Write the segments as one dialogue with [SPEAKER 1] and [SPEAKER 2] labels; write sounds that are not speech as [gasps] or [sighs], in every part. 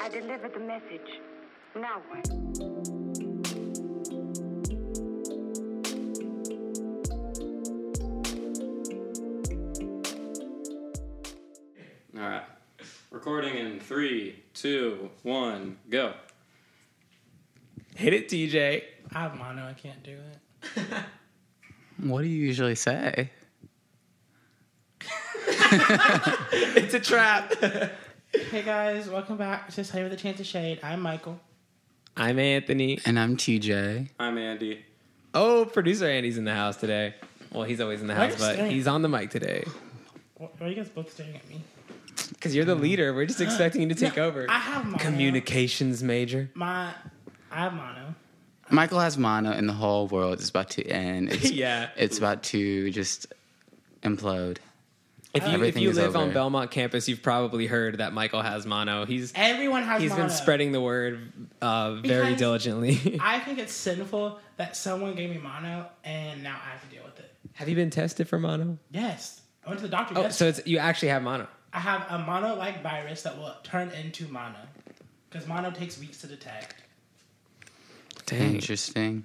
[SPEAKER 1] I delivered the message. Now what?
[SPEAKER 2] All right. Recording in three, two, one, go.
[SPEAKER 3] Hit it, DJ.
[SPEAKER 4] I have mono. I can't do it.
[SPEAKER 5] What do you usually say?
[SPEAKER 3] It's a trap.
[SPEAKER 4] Hey guys, welcome back to Save the Chance of Shade. I'm Michael.
[SPEAKER 3] I'm Anthony.
[SPEAKER 5] And I'm TJ.
[SPEAKER 2] I'm Andy.
[SPEAKER 3] Oh, producer Andy's in the house today. Well, he's always in the house,
[SPEAKER 4] you
[SPEAKER 3] but
[SPEAKER 4] staring?
[SPEAKER 3] he's on the mic today
[SPEAKER 4] Why are you guys both staring at me?
[SPEAKER 3] because you're the leader. We're just expecting you to take over.
[SPEAKER 4] I have mono.
[SPEAKER 3] Communications
[SPEAKER 4] [laughs]
[SPEAKER 3] major.
[SPEAKER 4] My, I have mono.
[SPEAKER 5] Michael has mono, and the whole world is about to end. It's,
[SPEAKER 3] [laughs] Yeah.
[SPEAKER 5] It's about to just implode.
[SPEAKER 3] If you, if
[SPEAKER 5] Everything
[SPEAKER 3] you
[SPEAKER 5] is
[SPEAKER 3] live on
[SPEAKER 5] over.
[SPEAKER 3] Belmont campus, you've probably heard that Michael has mono. He's
[SPEAKER 4] Everyone has
[SPEAKER 3] he's
[SPEAKER 4] mono.
[SPEAKER 3] been spreading the word uh, very
[SPEAKER 4] Because-
[SPEAKER 3] diligently.
[SPEAKER 4] I think it's sinful that someone gave me mono and now I have to deal with it.
[SPEAKER 3] [laughs] Have you been tested for mono?
[SPEAKER 4] Yes, I went to the doctor.
[SPEAKER 3] Oh,
[SPEAKER 4] yes.
[SPEAKER 3] so it's you actually have mono.
[SPEAKER 4] I have a mono-like virus that will turn into mono because mono takes weeks to detect.
[SPEAKER 3] Dang.
[SPEAKER 5] Interesting.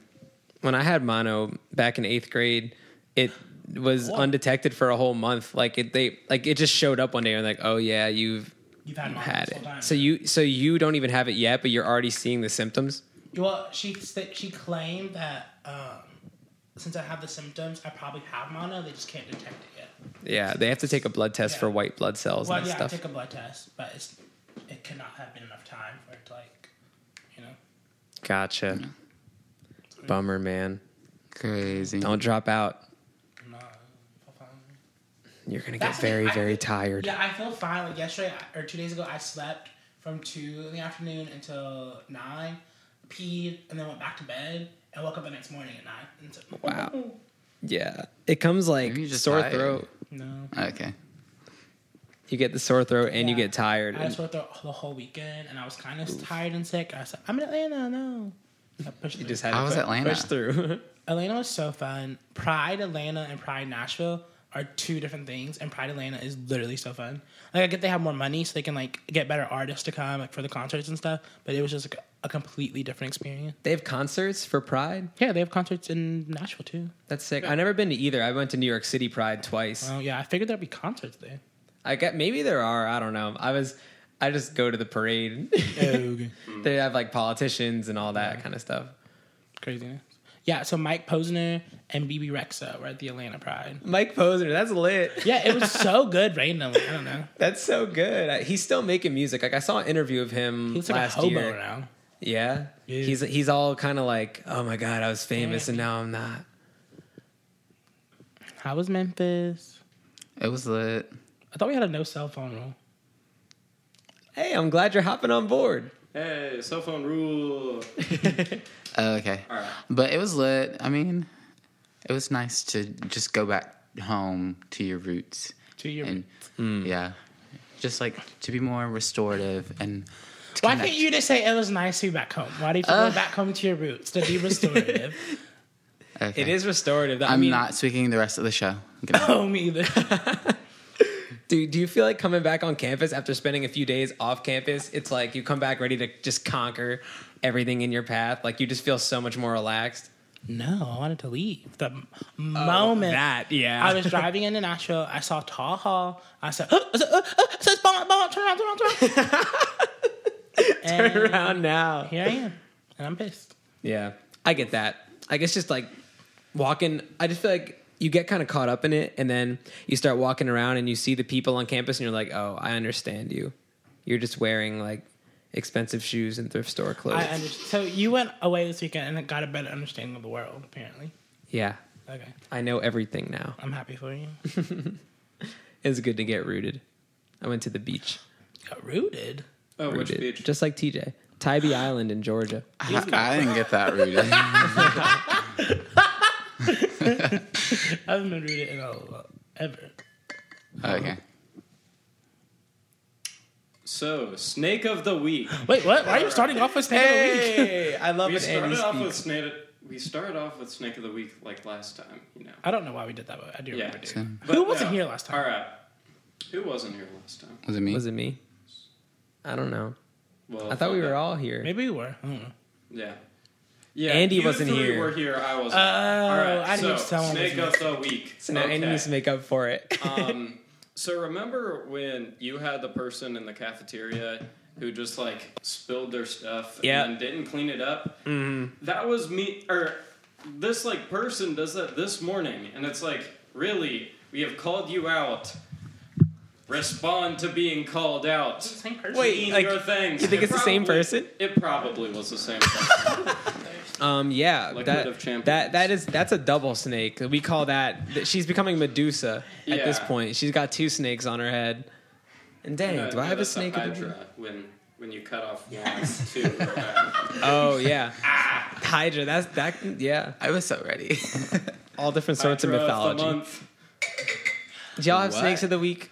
[SPEAKER 3] when I had mono back in eighth grade, it was
[SPEAKER 4] Whoa.
[SPEAKER 3] undetected for a whole month. Like it, they like it just showed up one day and like, oh yeah, you've
[SPEAKER 4] You've had mono
[SPEAKER 3] had
[SPEAKER 4] this whole time.
[SPEAKER 3] it. So you so you don't even have it yet, but you're already seeing the symptoms.
[SPEAKER 4] Well, she st- she claimed that um, since I have the symptoms, I probably have mono. They just can't detect it yet.
[SPEAKER 3] Yeah, they have to take a blood test
[SPEAKER 4] Yeah.
[SPEAKER 3] for white blood cells
[SPEAKER 4] Well,
[SPEAKER 3] and
[SPEAKER 4] yeah, I
[SPEAKER 3] stuff.
[SPEAKER 4] took a blood test, but it's, it cannot have been enough time for it to like, you know.
[SPEAKER 3] Gotcha. Bummer, man.
[SPEAKER 5] Crazy.
[SPEAKER 3] Don't drop out.
[SPEAKER 4] No, feel fine.
[SPEAKER 3] You're gonna
[SPEAKER 4] That's
[SPEAKER 3] get
[SPEAKER 4] the thing,
[SPEAKER 3] very
[SPEAKER 4] I
[SPEAKER 3] very
[SPEAKER 4] think-
[SPEAKER 3] tired.
[SPEAKER 4] Yeah, I feel fine. Like yesterday I- or two days ago, I slept from two in the afternoon until nine, peed, and then went back to bed and woke up the next morning at nine. And so,
[SPEAKER 3] Wow. Yeah, it comes like
[SPEAKER 5] Maybe you're just
[SPEAKER 3] sore
[SPEAKER 5] tired.
[SPEAKER 3] throat.
[SPEAKER 4] [laughs] No.
[SPEAKER 5] Okay.
[SPEAKER 3] You get the sore throat and you
[SPEAKER 4] Yeah.
[SPEAKER 3] get tired.
[SPEAKER 4] I
[SPEAKER 3] and-
[SPEAKER 4] just worked the, the whole weekend, and I was kind of tired and sick. I said, "I'm in Atlanta, no." I pushed
[SPEAKER 3] you
[SPEAKER 4] through.
[SPEAKER 3] just had
[SPEAKER 5] How was
[SPEAKER 3] to pu-
[SPEAKER 5] Atlanta?
[SPEAKER 3] push through. [laughs]
[SPEAKER 4] Atlanta was so fun. Pride Atlanta and Pride Nashville are two different things, and Pride Atlanta is literally so fun. Like I get they have more money, so they can like get better artists to come like for the concerts and stuff. But it was just like, a completely different experience.
[SPEAKER 3] they have concerts for Pride.
[SPEAKER 4] Yeah, they have concerts in Nashville too.
[SPEAKER 3] That's sick. I've never been to either. I went to New York City Pride twice.
[SPEAKER 4] Oh yeah, I figured there'd be concerts there.
[SPEAKER 3] I got maybe there are. I don't know. I was I just go to the parade. [laughs] they have like politicians and all that kind of stuff.
[SPEAKER 4] [laughs] Craziness. Yeah, so Mike Posner and BB Rexa were at the Atlanta Pride.
[SPEAKER 3] Mike Posner, that's lit.
[SPEAKER 4] Yeah, it was
[SPEAKER 3] [laughs]
[SPEAKER 4] so good randomly. I don't know.
[SPEAKER 3] That's so good. I- He's still making music. Like I saw an interview of him
[SPEAKER 4] He looks like a
[SPEAKER 3] last
[SPEAKER 4] hobo
[SPEAKER 3] year.
[SPEAKER 4] now.
[SPEAKER 3] Yeah?
[SPEAKER 4] Yeah.
[SPEAKER 3] he's he's all kind of like, oh my god, I was famous and now I'm not.
[SPEAKER 4] How was Memphis?
[SPEAKER 5] It was lit.
[SPEAKER 4] I thought we had a no cell phone rule.
[SPEAKER 3] Hey, I'm glad you're hopping on board.
[SPEAKER 2] Hey, cell phone rule.
[SPEAKER 5] Oh, Okay.
[SPEAKER 2] All right.
[SPEAKER 5] But it was lit. I mean, it was nice to just go back home to your roots.
[SPEAKER 4] To your
[SPEAKER 5] And
[SPEAKER 3] Hmm.
[SPEAKER 5] yeah. Just like to be more restorative and. to
[SPEAKER 4] Why
[SPEAKER 5] connect.
[SPEAKER 4] can't you just say it was nice to be back home? Why do you have to
[SPEAKER 3] Uh.
[SPEAKER 4] go back home to your roots to be
[SPEAKER 3] [laughs]
[SPEAKER 4] restorative?
[SPEAKER 5] Okay.
[SPEAKER 3] It is restorative. I
[SPEAKER 5] I'm
[SPEAKER 3] mean,
[SPEAKER 5] not speaking the rest of
[SPEAKER 3] [laughs]
[SPEAKER 5] the show. Good night.
[SPEAKER 4] oh, me either.
[SPEAKER 3] do do you feel like coming back on campus after spending a few days off campus? It's like you come back ready to just conquer everything in your path. Like you just feel so much more relaxed.
[SPEAKER 4] No, I wanted to leave. The m- moment
[SPEAKER 3] Oh, That yeah. [laughs]
[SPEAKER 4] I was driving into Nashville, I saw Tall Hall. I said, oh, I said, oh, oh, I said, Bond, Bond, turn around, turn around, turn around.
[SPEAKER 3] [laughs]
[SPEAKER 4] and
[SPEAKER 3] Turn around now.
[SPEAKER 4] Here I am, and I'm pissed.
[SPEAKER 3] Yeah, I get that. I guess just like walking, I just feel like you get kind of caught up in it, and then you start walking around and you see the people on campus, and you're like, oh, I understand you. You're just wearing like expensive shoes and thrift store clothes.
[SPEAKER 4] I under- so you went away this weekend and got a better understanding of the world, apparently.
[SPEAKER 3] yeah,
[SPEAKER 4] Okay,
[SPEAKER 3] I know everything now.
[SPEAKER 4] I'm happy for you.
[SPEAKER 3] It's good to get rooted. I went to the beach.
[SPEAKER 4] Got rooted.
[SPEAKER 2] Oh, which
[SPEAKER 3] Rooted.
[SPEAKER 2] beach?
[SPEAKER 3] Just like TJ.
[SPEAKER 2] [sighs]
[SPEAKER 3] Tybee Island in Georgia.
[SPEAKER 5] I, I didn't get that,
[SPEAKER 3] [laughs]
[SPEAKER 5] Rudy.
[SPEAKER 4] I haven't been rooted in a ever.
[SPEAKER 5] Okay.
[SPEAKER 2] so, snake of the week.
[SPEAKER 4] Wait, what? Why are you starting off with snake of the week?
[SPEAKER 3] I love
[SPEAKER 2] We
[SPEAKER 3] it.
[SPEAKER 2] started off with snake. We started off with snake of the week like last time, you know.
[SPEAKER 4] I don't know why we did that, but I do
[SPEAKER 2] Yeah.
[SPEAKER 4] remember doing.
[SPEAKER 2] But
[SPEAKER 4] Who wasn't here last time?
[SPEAKER 2] All right. Who wasn't here last time?
[SPEAKER 5] Was it me?
[SPEAKER 3] Was it me? I don't know.
[SPEAKER 2] Well,
[SPEAKER 3] I thought we
[SPEAKER 2] fuck
[SPEAKER 3] were
[SPEAKER 2] it.
[SPEAKER 3] all here.
[SPEAKER 4] Maybe we were. I don't know.
[SPEAKER 2] Yeah. Yeah.
[SPEAKER 3] Andy
[SPEAKER 2] you
[SPEAKER 3] wasn't
[SPEAKER 2] three
[SPEAKER 3] here.
[SPEAKER 2] Were here. I wasn't.
[SPEAKER 4] Oh,
[SPEAKER 2] all right.
[SPEAKER 4] I
[SPEAKER 2] so,
[SPEAKER 4] think someone was
[SPEAKER 2] snake
[SPEAKER 4] here.
[SPEAKER 2] of the week.
[SPEAKER 3] So now Andy needs to make up for it.
[SPEAKER 2] um, so remember when you had the person in the cafeteria who just like spilled their stuff
[SPEAKER 3] Yeah. Mm-hmm.
[SPEAKER 2] and didn't clean it up? That was me, or this like person does that this morning, and it's like, really, we have called you out. Respond to being called out.
[SPEAKER 4] Same
[SPEAKER 3] [laughs]
[SPEAKER 4] person.
[SPEAKER 3] Wait,
[SPEAKER 2] Clean
[SPEAKER 3] like,
[SPEAKER 2] your things.
[SPEAKER 3] you think
[SPEAKER 2] It
[SPEAKER 3] it's the same
[SPEAKER 2] probably-
[SPEAKER 3] person?
[SPEAKER 2] It probably was the same person.
[SPEAKER 3] Um, yeah,
[SPEAKER 2] Liquid of
[SPEAKER 3] that,
[SPEAKER 2] Champions.
[SPEAKER 3] that that is that's a double snake. We call that that- she's becoming Medusa at this
[SPEAKER 2] Yeah.
[SPEAKER 3] point. She's got two snakes on her head. And dang,
[SPEAKER 2] Uh,
[SPEAKER 3] do I
[SPEAKER 2] yeah,
[SPEAKER 3] have a
[SPEAKER 2] that's
[SPEAKER 3] snake? of the
[SPEAKER 2] Hydra
[SPEAKER 3] week?
[SPEAKER 2] when when you cut off wands too. or not.
[SPEAKER 3] Oh yeah,
[SPEAKER 2] [laughs]
[SPEAKER 3] Hydra. That's that. Yeah,
[SPEAKER 5] I was so ready. [laughs]
[SPEAKER 3] all different sorts
[SPEAKER 2] Hydra
[SPEAKER 3] of
[SPEAKER 2] the
[SPEAKER 3] mythology.
[SPEAKER 2] month.
[SPEAKER 3] Do y'all have
[SPEAKER 5] What?
[SPEAKER 3] snakes of the week?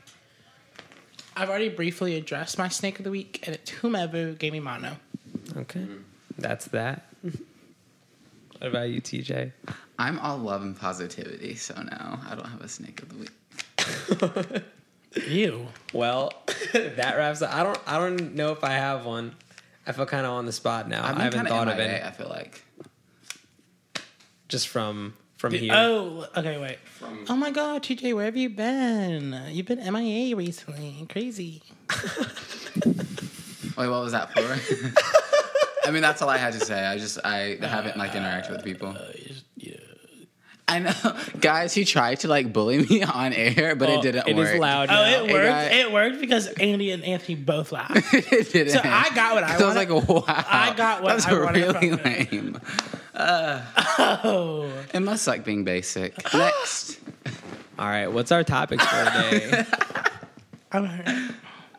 [SPEAKER 4] I've already briefly addressed my snake of the week, and it's whomever gave me mono.
[SPEAKER 3] Okay,
[SPEAKER 2] Mm-hmm.
[SPEAKER 3] that's that. [laughs] What about you, TJ?
[SPEAKER 5] I'm all love and positivity, so no, I don't have a snake of the week.
[SPEAKER 4] Ew.
[SPEAKER 3] Well, [laughs] that wraps up. I don't. I don't know if I have one. I feel kind of on the spot now. I
[SPEAKER 5] I've been
[SPEAKER 3] haven't
[SPEAKER 5] kinda
[SPEAKER 3] thought of
[SPEAKER 5] MIA,
[SPEAKER 3] it.
[SPEAKER 5] I feel like
[SPEAKER 3] Just from from here.
[SPEAKER 4] Oh, okay, wait.
[SPEAKER 2] From-
[SPEAKER 4] oh my god, TJ, where have you been? You've been MIA recently. Crazy.
[SPEAKER 5] Wait, what was that
[SPEAKER 3] [laughs]
[SPEAKER 5] for? [laughs] I mean, that's all I had to say. I just I
[SPEAKER 3] Uh,
[SPEAKER 5] haven't like interacted with people. I know, [laughs] guys. He tried to like bully me on air, but it didn't
[SPEAKER 3] It
[SPEAKER 5] work.
[SPEAKER 3] is loud.
[SPEAKER 4] Oh,
[SPEAKER 3] now.
[SPEAKER 4] it
[SPEAKER 5] it
[SPEAKER 4] worked.
[SPEAKER 5] got-
[SPEAKER 4] It worked because Andy and Anthony both [laughs] laughed.
[SPEAKER 5] it didn't.
[SPEAKER 4] So I got what I
[SPEAKER 5] So [laughs] I was
[SPEAKER 4] wanted.
[SPEAKER 5] like, wow.
[SPEAKER 4] I got what
[SPEAKER 5] That's
[SPEAKER 4] I wanted
[SPEAKER 5] really
[SPEAKER 4] from it.
[SPEAKER 5] lame.
[SPEAKER 4] [laughs]
[SPEAKER 5] Uh,
[SPEAKER 4] Oh,
[SPEAKER 5] It must like being
[SPEAKER 4] [gasps]
[SPEAKER 5] basic. Next.
[SPEAKER 3] All right, what's our topics for today?
[SPEAKER 4] I'm hurt.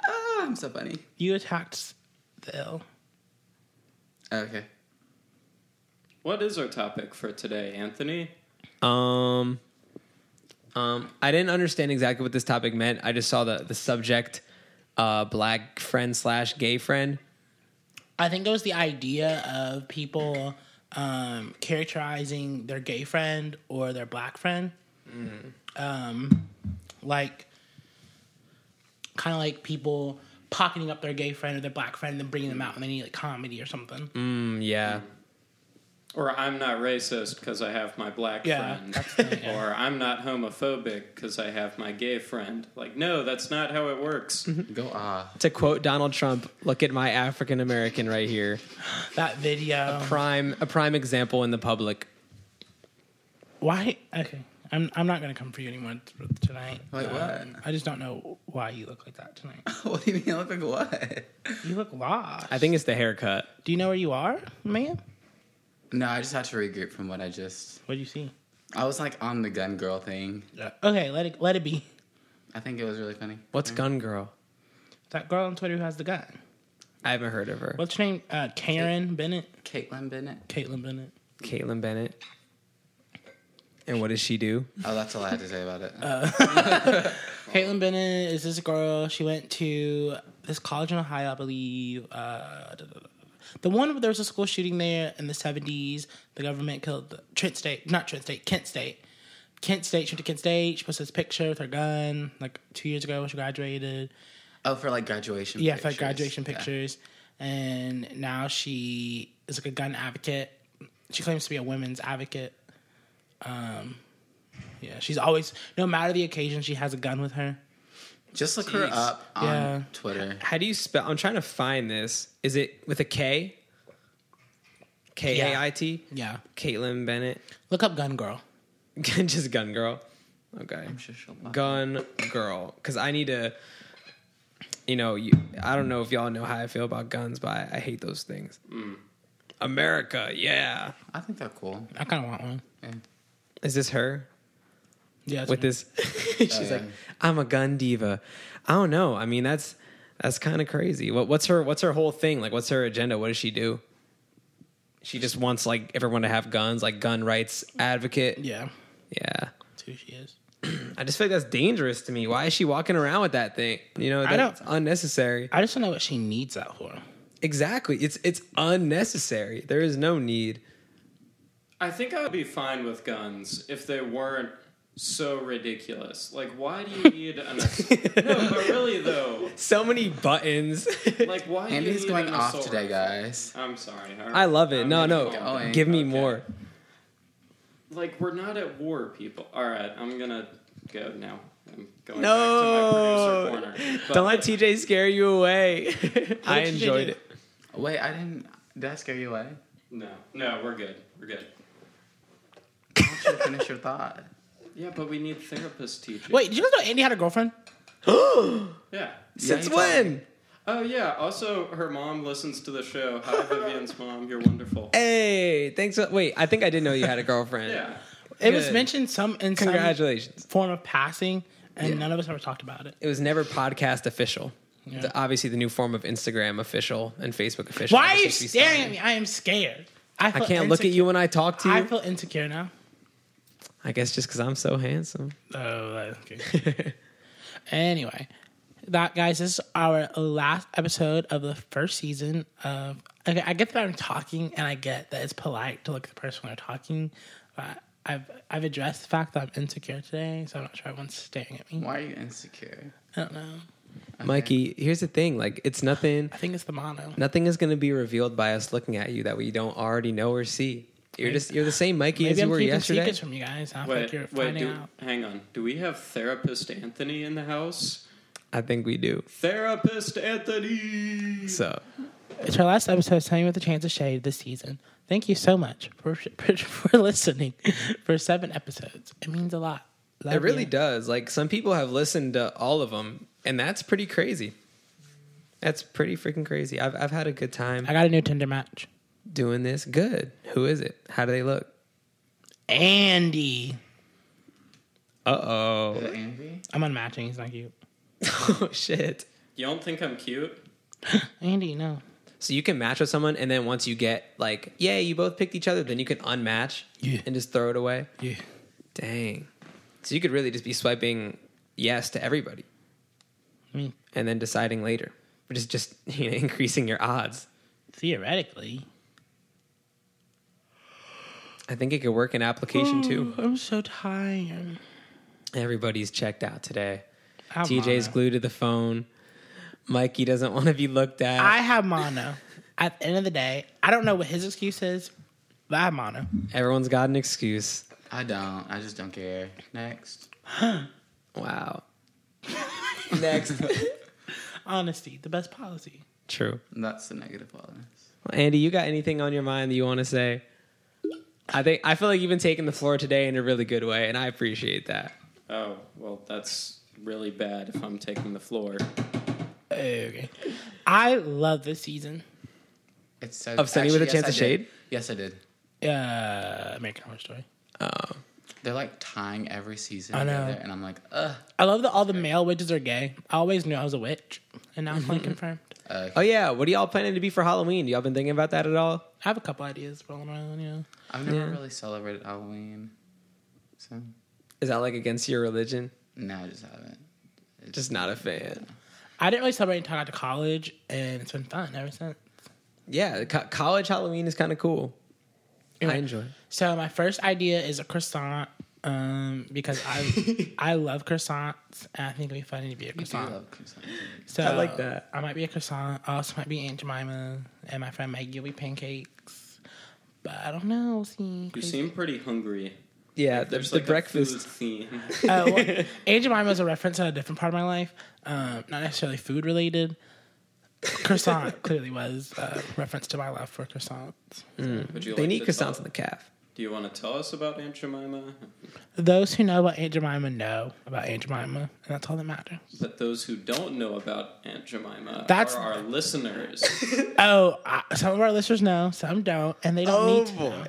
[SPEAKER 5] Ah, I'm so funny.
[SPEAKER 4] You attacked the ill.
[SPEAKER 5] Okay.
[SPEAKER 2] What is our topic for today, Anthony?
[SPEAKER 3] um, um, I didn't understand exactly what this topic meant. I just saw the the subject, uh, black friend slash gay friend.
[SPEAKER 4] I think it was the idea of people um, characterizing their gay friend or their black friend, um, like kind of like people pocketing up their gay friend or their black friend and then bringing them out when they need like comedy or something.
[SPEAKER 3] Mm, yeah,
[SPEAKER 2] Or I'm not racist because I have my black
[SPEAKER 4] Yeah, that's the
[SPEAKER 2] friend.
[SPEAKER 4] thing, yeah.
[SPEAKER 2] Or I'm not homophobic because I have my gay friend. Like, no, that's not how it works.
[SPEAKER 5] Go off.
[SPEAKER 3] to quote Donald Trump, "Look at my African American right here."
[SPEAKER 4] That video.
[SPEAKER 3] Prime a prime example in the public.
[SPEAKER 4] why? Okay, I'm I'm not gonna come for you anymore th- tonight. Uh,
[SPEAKER 5] Wait, what?
[SPEAKER 4] I just don't know why you look like that tonight.
[SPEAKER 5] [laughs] What do you mean? I look like what?
[SPEAKER 4] You look lost.
[SPEAKER 3] I think it's the haircut.
[SPEAKER 4] Do you know where you are, ma'am?
[SPEAKER 5] No, I just had to regroup from what I just.
[SPEAKER 4] What do you see?
[SPEAKER 5] I was like on the gun girl thing.
[SPEAKER 4] Okay, let it let it be.
[SPEAKER 5] I think it was really funny.
[SPEAKER 3] What's Gun Girl?
[SPEAKER 4] That girl on Twitter who has the gun.
[SPEAKER 3] I haven't heard of her.
[SPEAKER 4] What's her name? Uh, Karen Bennett.
[SPEAKER 5] Caitlyn Bennett.
[SPEAKER 4] Caitlin Bennett.
[SPEAKER 3] Caitlyn Bennett. And what does she do?
[SPEAKER 5] Oh, that's all I had to say about it.
[SPEAKER 3] Uh,
[SPEAKER 4] Caitlin Bennett is this girl. She went to this college in Ohio, I believe. Uh, the one where there was a school shooting there in the 70s. The government killed the, Trent State, not Trent State, Kent State. Kent State, she went to Kent State. She posted this picture with her gun like two years ago when she graduated.
[SPEAKER 5] oh, for like graduation.
[SPEAKER 4] Yeah, for
[SPEAKER 5] pictures.
[SPEAKER 4] like graduation
[SPEAKER 5] Yeah.
[SPEAKER 4] pictures. And now she is like a gun advocate. She claims to be a women's advocate. Um, yeah, she's always, no matter the occasion, she has a gun with her.
[SPEAKER 5] Just look her
[SPEAKER 3] Jeez.
[SPEAKER 5] up on
[SPEAKER 4] Yeah.
[SPEAKER 5] Twitter.
[SPEAKER 3] How do you spell? I'm trying to find this. Is it with a K? K A I T.
[SPEAKER 4] Yeah.
[SPEAKER 3] Caitlyn Bennett. [laughs]
[SPEAKER 4] Look up Gun Girl.
[SPEAKER 3] Just gun girl. Okay.
[SPEAKER 5] I'm sure she'll. Go.
[SPEAKER 3] Gun girl. Because I need to. You know, you, I don't know if y'all know how I feel about guns, but I, I hate those things. America, yeah.
[SPEAKER 5] I think they're cool.
[SPEAKER 4] I kind of want one.
[SPEAKER 5] Yeah.
[SPEAKER 3] Is this her?
[SPEAKER 4] Yeah, it's
[SPEAKER 3] with
[SPEAKER 4] me.
[SPEAKER 3] this she's
[SPEAKER 5] yeah.
[SPEAKER 3] like i'm a gun diva i don't know i mean that's that's kind of crazy what, what's her what's her whole thing like what's her agenda what does she do she just wants like everyone to have guns like gun rights advocate yeah,
[SPEAKER 4] Yeah, that's who she is.
[SPEAKER 3] i just feel like that's dangerous to me why is she walking around with that thing you know
[SPEAKER 4] I
[SPEAKER 3] that's
[SPEAKER 4] don't-
[SPEAKER 3] unnecessary
[SPEAKER 4] I just don't know what she needs that for.
[SPEAKER 3] exactly it's it's unnecessary there is no need
[SPEAKER 2] I think I would be fine with guns if they weren't so ridiculous. Like, why do you need an? no, but really though,
[SPEAKER 3] So many buttons. [laughs]
[SPEAKER 2] like, why? do you
[SPEAKER 5] Andy's
[SPEAKER 2] need
[SPEAKER 5] going
[SPEAKER 2] an
[SPEAKER 5] off
[SPEAKER 2] assault
[SPEAKER 5] today,
[SPEAKER 2] rifle?
[SPEAKER 5] guys. Oh,
[SPEAKER 2] I'm sorry. Harvey.
[SPEAKER 3] I love it.
[SPEAKER 2] I'm
[SPEAKER 3] No,
[SPEAKER 2] gonna
[SPEAKER 3] no.
[SPEAKER 2] calm down.
[SPEAKER 3] Give me
[SPEAKER 2] Okay.
[SPEAKER 3] more.
[SPEAKER 2] Like, we're not at war, people. All right, I'm gonna go now. I'm going
[SPEAKER 3] No.
[SPEAKER 2] back to my producer corner. But-
[SPEAKER 3] Don't let TJ scare you away. [laughs] I
[SPEAKER 4] did TJ
[SPEAKER 3] enjoyed
[SPEAKER 4] do?
[SPEAKER 3] it.
[SPEAKER 5] Wait, I didn't. Did I scare
[SPEAKER 3] [laughs]
[SPEAKER 5] you away?
[SPEAKER 2] No, no, we're good. We're good.
[SPEAKER 5] I want you to finish your thought.
[SPEAKER 2] Yeah, but we need therapist teachers.
[SPEAKER 4] Wait, did you guys know Andy had a girlfriend?
[SPEAKER 2] Yeah.
[SPEAKER 3] Since
[SPEAKER 5] you
[SPEAKER 3] when?
[SPEAKER 2] Oh yeah. Also, her mom listens to the show.
[SPEAKER 3] [laughs]
[SPEAKER 2] Hi, Vivian's mom. You're wonderful.
[SPEAKER 3] Hey, thanks. For, wait, I think I did know you had a
[SPEAKER 4] [laughs]
[SPEAKER 3] girlfriend.
[SPEAKER 2] Yeah.
[SPEAKER 4] It was
[SPEAKER 3] Good.
[SPEAKER 4] mentioned some in some
[SPEAKER 3] Congratulations.
[SPEAKER 4] form of passing, and
[SPEAKER 5] Yeah.
[SPEAKER 4] none of us ever talked about it.
[SPEAKER 3] It was never podcast official.
[SPEAKER 4] Yeah.
[SPEAKER 3] The- obviously, the new form of Instagram official and Facebook official.
[SPEAKER 4] Why are
[SPEAKER 3] ever
[SPEAKER 4] you
[SPEAKER 3] since we
[SPEAKER 4] staring at
[SPEAKER 3] started.
[SPEAKER 4] me? I am scared.
[SPEAKER 3] I
[SPEAKER 4] feel
[SPEAKER 3] can't look at
[SPEAKER 4] insecure-
[SPEAKER 3] you when I talk to you.
[SPEAKER 4] I feel insecure now.
[SPEAKER 3] I guess just because I'm so handsome.
[SPEAKER 4] Oh, okay. [laughs] anyway, that guys, this is our last episode of the first season of. Okay, I get that I'm talking, and I get that it's polite to look at the person when they're talking, but I've I've addressed the fact that I'm insecure today, so I'm not sure everyone's staring at me.
[SPEAKER 5] Why are you insecure?
[SPEAKER 4] I don't know.
[SPEAKER 3] Mikey, here's the thing. Like, it's nothing.
[SPEAKER 4] I think it's the mono.
[SPEAKER 3] Nothing is going to be revealed by us looking at you that we don't already know or see. You're just you're the same Mikey as
[SPEAKER 4] Maybe
[SPEAKER 3] you
[SPEAKER 4] I'm
[SPEAKER 3] were
[SPEAKER 4] keeping
[SPEAKER 3] yesterday.
[SPEAKER 4] secrets from you guys. I
[SPEAKER 2] Wait.
[SPEAKER 4] think you're
[SPEAKER 2] wait.
[SPEAKER 4] finding
[SPEAKER 2] Do,
[SPEAKER 4] out.
[SPEAKER 2] hang on. Do we have therapist Anthony in the house?
[SPEAKER 3] I think we do.
[SPEAKER 2] Therapist Anthony.
[SPEAKER 3] So
[SPEAKER 4] It's our last episode of Sunny with a Chance of Shade this season. Thank you so much for, [laughs] for, for listening for seven episodes. It means a lot. Love
[SPEAKER 3] it really
[SPEAKER 4] you.
[SPEAKER 3] does. Like some people have listened to all of them, and that's pretty crazy. That's pretty freaking crazy. I've I've had a good time
[SPEAKER 4] I got a new Tinder match.
[SPEAKER 3] doing this. Good. Who is it? How do they look?
[SPEAKER 4] Andy.
[SPEAKER 3] Uh
[SPEAKER 5] Is it Andy?
[SPEAKER 4] I'm unmatching. He's not cute.
[SPEAKER 3] [laughs] oh. Shit.
[SPEAKER 2] You don't think I'm cute?
[SPEAKER 4] Andy, no.
[SPEAKER 3] So you can match with someone, and then once you get like, yeah, you both picked each other, then you can unmatch
[SPEAKER 4] Yeah.
[SPEAKER 3] and just throw it away.
[SPEAKER 4] Yeah.
[SPEAKER 3] Dang. So you could really just be swiping yes to everybody
[SPEAKER 4] I mean,
[SPEAKER 3] and then deciding later, which is just [laughs] you know, increasing your odds.
[SPEAKER 4] theoretically.
[SPEAKER 3] I think it could work in application too.
[SPEAKER 4] I'm so tired.
[SPEAKER 3] Everybody's checked out today.
[SPEAKER 4] I have
[SPEAKER 3] TJ's
[SPEAKER 4] mono.
[SPEAKER 3] glued to the phone. Mikey doesn't want to be looked at.
[SPEAKER 4] I have mono. At the end of the day, I don't know what his excuse is, but I have mono.
[SPEAKER 3] Everyone's got an excuse.
[SPEAKER 5] I don't. I just don't care. Next.
[SPEAKER 3] Wow. Next.
[SPEAKER 4] Honesty, the best policy.
[SPEAKER 3] True.
[SPEAKER 5] That's the negative wellness.
[SPEAKER 3] Well, Andy, you got anything on your mind that you want to say? I think I feel like you've been taking the floor today in a really good way, and I appreciate that.
[SPEAKER 2] Oh well, that's really bad. If I'm taking the floor.
[SPEAKER 4] Okay. I love this season.
[SPEAKER 5] It's so
[SPEAKER 3] Of Sunny with a Chance
[SPEAKER 5] I
[SPEAKER 3] of
[SPEAKER 5] did.
[SPEAKER 3] Shade?
[SPEAKER 5] Yes, I did.
[SPEAKER 4] Uh, American Horror Story.
[SPEAKER 3] Oh.
[SPEAKER 5] They're like tying every season
[SPEAKER 4] I know.
[SPEAKER 5] together, and I'm like, ugh.
[SPEAKER 4] I love that all the male witches are gay. I always knew I was a witch, and now it's [laughs] like confirmed.
[SPEAKER 5] Uh,
[SPEAKER 3] Oh yeah, what are y'all planning to be for Halloween? Y'all been thinking about that at all?
[SPEAKER 4] I have a couple ideas rolling around, you know.
[SPEAKER 5] I've never
[SPEAKER 3] yeah.
[SPEAKER 5] really celebrated Halloween, so
[SPEAKER 3] Is that like against your religion?
[SPEAKER 5] no, I just haven't. It's
[SPEAKER 3] Just not a fan.
[SPEAKER 4] I didn't really celebrate until I got to college, and it's been fun ever since.
[SPEAKER 3] Yeah, co- college Halloween is kind of cool. I
[SPEAKER 4] Anyway,
[SPEAKER 3] enjoy. it.
[SPEAKER 4] So my first idea is a croissant, um, because I I love croissants, and I think it'd be funny to be a
[SPEAKER 5] You do
[SPEAKER 4] croissant.
[SPEAKER 5] love Christmas.
[SPEAKER 4] So
[SPEAKER 3] I like that.
[SPEAKER 4] I might be a croissant. I also might be Aunt Jemima, and my friend Maggie will be pancakes. But I don't know. We'll see.
[SPEAKER 2] You seem pretty hungry.
[SPEAKER 3] Yeah, the,
[SPEAKER 2] There's
[SPEAKER 3] the
[SPEAKER 2] like a
[SPEAKER 3] breakfast.
[SPEAKER 2] food
[SPEAKER 3] [laughs]
[SPEAKER 2] theme.
[SPEAKER 4] uh, well, Aunt Jemima is a reference to a different part of my life, um, not necessarily food related. Croissant clearly was a reference to my love for croissants.
[SPEAKER 2] Would you
[SPEAKER 3] They
[SPEAKER 2] like
[SPEAKER 3] need
[SPEAKER 2] to tell-
[SPEAKER 3] croissants in the calf.
[SPEAKER 2] Do you want to tell us about Aunt Jemima?
[SPEAKER 4] Those who know about Aunt Jemima know about Aunt Jemima, and that's all that matters.
[SPEAKER 2] But those who don't know about Aunt Jemima
[SPEAKER 4] That's-
[SPEAKER 2] are our
[SPEAKER 3] [laughs]
[SPEAKER 2] listeners.
[SPEAKER 4] Oh, I, some of our listeners know, some don't, and they don't need
[SPEAKER 3] Oh,
[SPEAKER 4] to. know.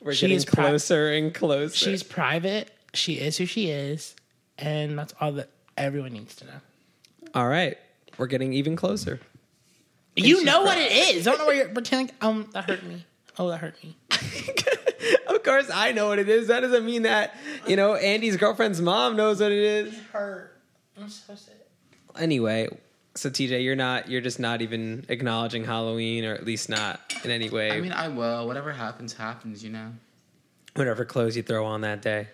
[SPEAKER 3] We're
[SPEAKER 4] She
[SPEAKER 3] getting
[SPEAKER 4] is pri-
[SPEAKER 3] closer and closer.
[SPEAKER 4] She's private. She is who she is, and that's all that everyone needs to know.
[SPEAKER 3] All right, we're getting even closer.
[SPEAKER 4] You know what it is. I don't know where you're pretending. Um, that hurt me. Oh, that hurt me.
[SPEAKER 3] [laughs] of course, I know what it is. That doesn't mean that you know Andy's girlfriend's mom knows what it is.
[SPEAKER 4] Hurt. I'm so sick.
[SPEAKER 3] Anyway, so TJ, you're not. You're just not even acknowledging Halloween, or at least not in any way.
[SPEAKER 5] I mean, I will. Whatever happens, happens. You know.
[SPEAKER 3] whatever clothes you throw on that day.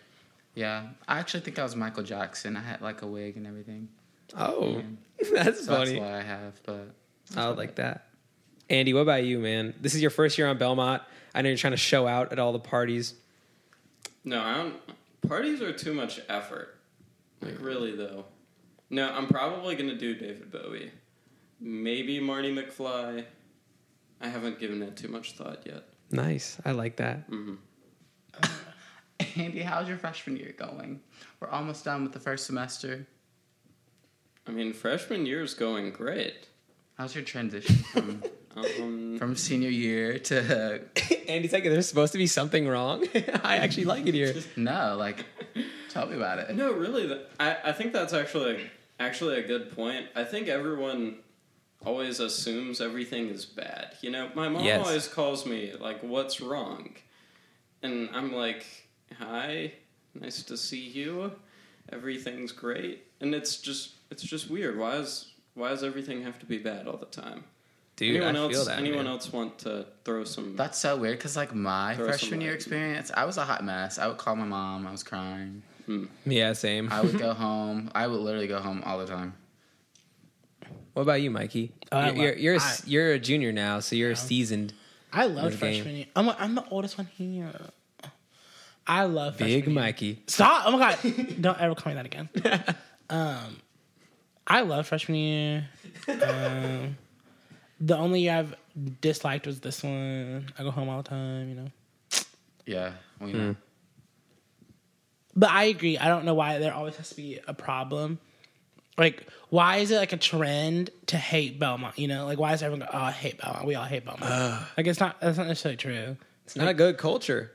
[SPEAKER 5] Yeah, I actually think I was Michael Jackson. I had like a wig and everything.
[SPEAKER 3] Oh, [laughs] that's
[SPEAKER 5] So
[SPEAKER 3] funny.
[SPEAKER 5] that's why I have. But [laughs]
[SPEAKER 3] I would like that. Andy, what about you, man? This is your first year on Belmont. I know you're trying to show out at all the parties.
[SPEAKER 2] No, I don't. Parties are too much effort. Like, really, though. No, I'm probably going to do David Bowie. Maybe Marty McFly. I haven't given it too much thought yet.
[SPEAKER 3] Nice. I like that.
[SPEAKER 5] Andy, how's your freshman year going? We're almost done with the first semester.
[SPEAKER 2] I mean, freshman year is going great.
[SPEAKER 5] How's your transition from
[SPEAKER 2] Um,
[SPEAKER 5] from senior year to
[SPEAKER 3] [laughs]
[SPEAKER 5] [laughs]
[SPEAKER 3] Andy's like, there's supposed to be something wrong. [laughs] I actually like it here.
[SPEAKER 5] no? Like, tell me about it.
[SPEAKER 2] no, really, th- I, I think that's actually actually a good point. I think everyone always assumes everything is bad. You know, my mom
[SPEAKER 3] Yes.
[SPEAKER 2] always calls me like, "What's wrong?" And I'm like, "Hi, nice to see you. Everything's great." And it's just it's just weird. Why is why does everything have to be bad all the time?
[SPEAKER 3] Dude,
[SPEAKER 2] anyone
[SPEAKER 3] I
[SPEAKER 2] else?
[SPEAKER 3] feel that.
[SPEAKER 2] anyone
[SPEAKER 3] man.
[SPEAKER 2] else want to throw some?
[SPEAKER 5] That's so weird because like my
[SPEAKER 2] Throw some
[SPEAKER 5] freshman year
[SPEAKER 2] light.
[SPEAKER 5] experience, I was a hot mess. I would call my mom. I was crying.
[SPEAKER 3] Yeah, same.
[SPEAKER 5] I would go home. I would literally go home all the time.
[SPEAKER 3] what about you, Mikey?
[SPEAKER 4] I
[SPEAKER 3] you're, you're,
[SPEAKER 4] love-
[SPEAKER 3] you're, a,
[SPEAKER 4] I-
[SPEAKER 3] you're a junior now, so you're seasoned.
[SPEAKER 4] I
[SPEAKER 3] Your
[SPEAKER 4] love
[SPEAKER 3] game.
[SPEAKER 4] freshman year. I'm, I'm the oldest one here. I love
[SPEAKER 3] Big
[SPEAKER 4] freshman year.
[SPEAKER 3] Mikey.
[SPEAKER 4] Stop! Oh
[SPEAKER 3] [laughs]
[SPEAKER 4] my god! Don't ever call me that again. Um, I love freshman year. Um, the only year I've disliked was this one. I go home all the time, you know.
[SPEAKER 5] Yeah, we know.
[SPEAKER 4] But I agree. I don't know why there always has to be a problem. Like, why is it like a trend to hate Belmont? You know, like why is everyone go, "Oh, I hate Belmont. We all hate Belmont." like it's not. That's not necessarily true.
[SPEAKER 3] It's not a good culture.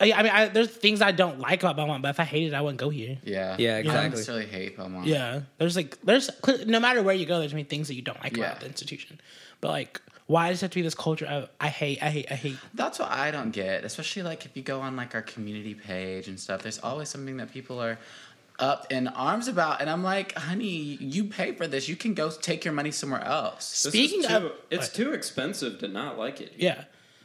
[SPEAKER 4] Uh, Yeah, I mean, I, there's things I don't like about Belmont, but if I hated, it, I wouldn't go here.
[SPEAKER 5] Yeah.
[SPEAKER 3] Yeah,
[SPEAKER 5] I
[SPEAKER 3] exactly.
[SPEAKER 5] don't necessarily hate Belmont.
[SPEAKER 4] Yeah, there's like there's cl- no matter where you go, there's many things that you don't like
[SPEAKER 5] Yeah.
[SPEAKER 4] about the institution. But like, why does it have to be this culture of I hate, I hate, I hate?
[SPEAKER 5] That's what I don't get, especially like if you go on like our community page and stuff. There's always something that people are up in arms about, and I'm like, honey, you pay for this. You can go take your money somewhere else.
[SPEAKER 2] This is
[SPEAKER 4] Speaking
[SPEAKER 2] too-
[SPEAKER 4] of-
[SPEAKER 2] it's too expensive to not like it.
[SPEAKER 4] Yeah.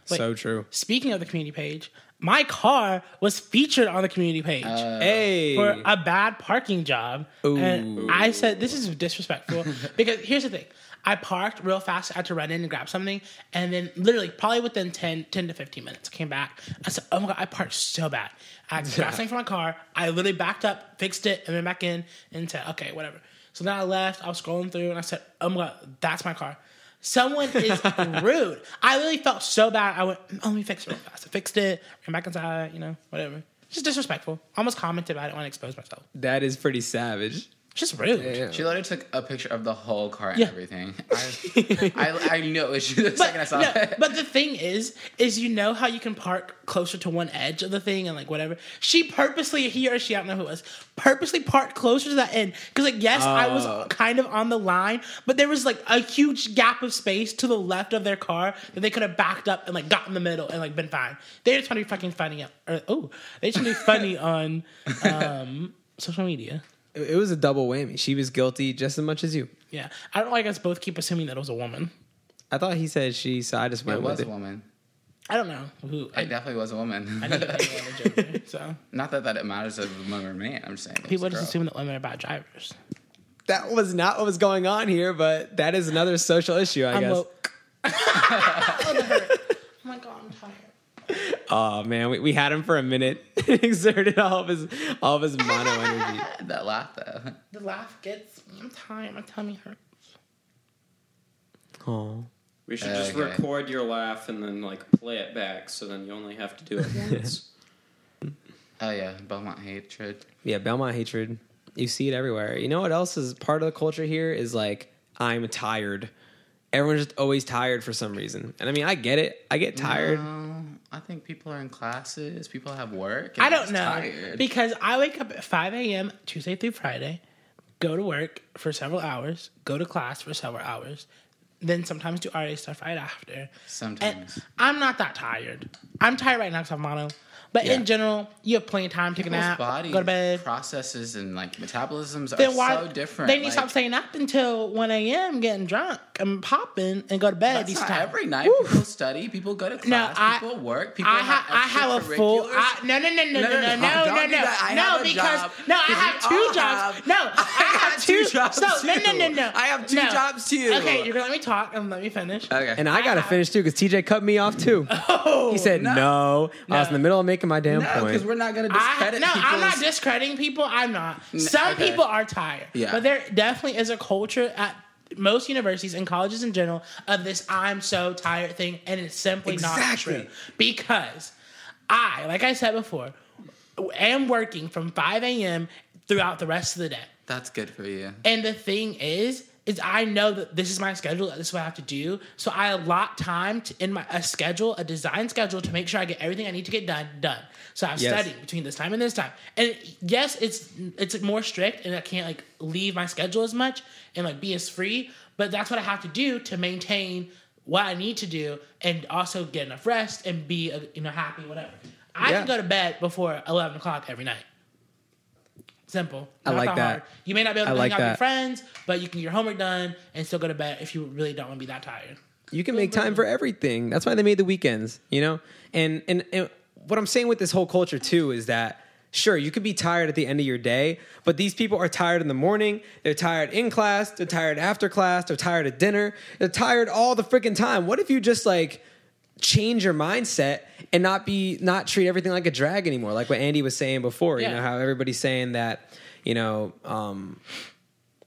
[SPEAKER 4] Like,
[SPEAKER 3] so true.
[SPEAKER 4] Speaking of the community page, my car was featured on the community page.
[SPEAKER 3] Uh, hey.
[SPEAKER 4] for a bad parking job. And I said, this is disrespectful because here's the thing. I parked real fast. I had to run in and grab something. And then, literally, probably within 10, 10 to 15 minutes, came back. I said, Oh my God, I parked so bad. I grabbed something from my car. I literally backed up, fixed it, and went back in and said, Okay, whatever. So then I left. I was scrolling through and I said, Oh my God, that's my car. Someone is rude. I literally felt so bad. I went, "Mm, oh, let me fix it real fast. I fixed it, ran back inside, you know, whatever. Just disrespectful. Almost commented about it when I exposed myself.
[SPEAKER 3] that is pretty savage.
[SPEAKER 4] It's Just rude.
[SPEAKER 5] She literally took a picture of the whole car and
[SPEAKER 4] Yeah.
[SPEAKER 5] everything. I, I, I knew it was you the
[SPEAKER 4] But,
[SPEAKER 5] second I saw
[SPEAKER 4] no,
[SPEAKER 5] it. [laughs]
[SPEAKER 4] but the thing is, is you know how you can park closer to one edge of the thing and like whatever. She purposely, he or she, I don't know who it was, purposely parked closer to that end. Because like, yes, I
[SPEAKER 3] Oh.
[SPEAKER 4] was kind of on the line, but there was like a huge gap of space to the left of their car that they could have backed up and like got in the middle and like been fine. They just want to be fucking funny. Oh, they just want to be
[SPEAKER 5] [laughs]
[SPEAKER 4] funny on um, social media.
[SPEAKER 3] It it was a double whammy. She was guilty just as much as you.
[SPEAKER 4] Yeah, I don't like us both keep assuming that it was a woman.
[SPEAKER 3] I thought he said she, so I just went
[SPEAKER 5] It
[SPEAKER 3] with
[SPEAKER 5] was a
[SPEAKER 3] it.
[SPEAKER 5] woman.
[SPEAKER 4] I don't know who.
[SPEAKER 5] It definitely was a [laughs] woman.
[SPEAKER 4] I didn't even know the gender, so
[SPEAKER 5] Not that that it matters if it's a woman or a man. I'm just saying. it
[SPEAKER 4] people
[SPEAKER 5] was a
[SPEAKER 4] just
[SPEAKER 5] girl.
[SPEAKER 4] assume that women are bad drivers.
[SPEAKER 3] That was not what was going on here, but that is another social issue, I
[SPEAKER 4] I'm
[SPEAKER 3] guess.
[SPEAKER 4] woke. [laughs] oh my god, I'm tired.
[SPEAKER 3] Oh man, we, we had him for a minute. [laughs] exerted all of his all of his mono energy. [laughs]
[SPEAKER 5] that laugh though.
[SPEAKER 4] The laugh gets. I'm tired. My tummy hurts.
[SPEAKER 3] Oh.
[SPEAKER 2] We should just
[SPEAKER 5] Okay.
[SPEAKER 2] record your laugh and then like play it back, so then you only have to do it
[SPEAKER 4] [laughs]
[SPEAKER 2] once.
[SPEAKER 5] Oh yeah, Belmont hatred.
[SPEAKER 3] Yeah, Belmont hatred. You see it everywhere. You know what else is part of the culture here is like I'm tired. Everyone's just always tired for some reason. And I mean I get it. I get tired.
[SPEAKER 5] No, I think people are in classes. People have work. and
[SPEAKER 4] I
[SPEAKER 5] it's
[SPEAKER 4] don't know
[SPEAKER 5] tired.
[SPEAKER 4] because I wake up at 5 a.m. Tuesday through Friday, go to work for several hours, go to class for several hours, then sometimes do RA stuff right after. And
[SPEAKER 5] Sometimes.
[SPEAKER 4] I'm not that tired. I'm tired right now because I'm mono. But
[SPEAKER 5] Yeah.
[SPEAKER 4] in general, you have plenty of time to take a
[SPEAKER 5] People's
[SPEAKER 4] nap,
[SPEAKER 5] bodies,
[SPEAKER 4] go to bed.
[SPEAKER 5] processes, and like metabolisms are
[SPEAKER 4] then why
[SPEAKER 5] so different.
[SPEAKER 4] They need to
[SPEAKER 5] like,
[SPEAKER 4] stop staying up until one a.m. getting drunk. work and popping and go to bed at
[SPEAKER 5] That's
[SPEAKER 4] these
[SPEAKER 5] not
[SPEAKER 4] times.
[SPEAKER 5] every night. People study. People go to class.
[SPEAKER 4] I-
[SPEAKER 5] people work. People
[SPEAKER 4] I have I have a full
[SPEAKER 5] extracurriculars.
[SPEAKER 4] I, no no no no no
[SPEAKER 5] No,
[SPEAKER 4] no
[SPEAKER 5] no,
[SPEAKER 4] no
[SPEAKER 5] no, don't
[SPEAKER 4] no
[SPEAKER 5] do that. I
[SPEAKER 4] no
[SPEAKER 5] have
[SPEAKER 4] no
[SPEAKER 5] a
[SPEAKER 4] because
[SPEAKER 5] job.
[SPEAKER 4] no I
[SPEAKER 5] 'Cause
[SPEAKER 4] have
[SPEAKER 5] we
[SPEAKER 4] two
[SPEAKER 5] all
[SPEAKER 4] jobs
[SPEAKER 5] have-
[SPEAKER 4] no
[SPEAKER 5] [laughs] I
[SPEAKER 4] I have
[SPEAKER 5] got two
[SPEAKER 4] two
[SPEAKER 5] jobs,
[SPEAKER 4] so no no no
[SPEAKER 5] too.
[SPEAKER 4] no
[SPEAKER 5] I have two
[SPEAKER 4] no.
[SPEAKER 5] jobs, too.
[SPEAKER 4] okay you're gonna let me talk and let me finish
[SPEAKER 5] Okay.
[SPEAKER 3] And I gotta finish too because TJ cut me off
[SPEAKER 5] [laughs]
[SPEAKER 3] too.
[SPEAKER 4] Oh.
[SPEAKER 3] he said no. I was in the middle of making my damn
[SPEAKER 5] Oh, no,
[SPEAKER 3] point.
[SPEAKER 5] because we're not gonna
[SPEAKER 4] I,
[SPEAKER 5] discredit
[SPEAKER 4] no, I'm not
[SPEAKER 5] people's-
[SPEAKER 4] discrediting people. I'm not. Some
[SPEAKER 5] okay.
[SPEAKER 4] people are tired,
[SPEAKER 5] Yeah.
[SPEAKER 4] but there definitely is a culture at most universities and colleges in general of this "I'm so tired" thing, and it's simply not
[SPEAKER 5] Exactly.
[SPEAKER 4] true. Because I, like I said before, am working from 5 a.m. throughout the rest of the day.
[SPEAKER 5] That's good for you.
[SPEAKER 4] And the thing is, is I know that this is my schedule. This is what I have to do. So I allot time to, in my a schedule, a design schedule, to make sure I get everything I need to get done done. So I'm
[SPEAKER 3] Yes.
[SPEAKER 4] studying between this time and this time. And yes, it's it's more strict, and I can't like leave my schedule as much and like be as free. But that's what I have to do to maintain what I need to do, and also get enough rest and be uh, you know happy, whatever. I
[SPEAKER 3] Yeah.
[SPEAKER 4] can go to bed before eleven o'clock every night. Simple.
[SPEAKER 3] I
[SPEAKER 4] Not
[SPEAKER 3] like
[SPEAKER 4] that
[SPEAKER 3] that.
[SPEAKER 4] hard. You may not be able
[SPEAKER 3] I
[SPEAKER 4] to
[SPEAKER 3] like
[SPEAKER 4] hang out with your
[SPEAKER 3] that.
[SPEAKER 4] friends, but you can get your homework done and still go to bed if you really don't want to be that tired.
[SPEAKER 3] You can make time for everything. That's why they made the weekends, you know? And and, and what I'm saying with this whole culture too is that sure, you could be tired at the end of your day, but these people are tired in the morning, they're tired in class, they're tired after class, they're tired at dinner, they're tired all the freaking time. What if you just like change your mindset and not be not treat everything like a drag anymore like what Andy was saying before,
[SPEAKER 4] Yeah.
[SPEAKER 3] you know, how everybody's saying that, you know, um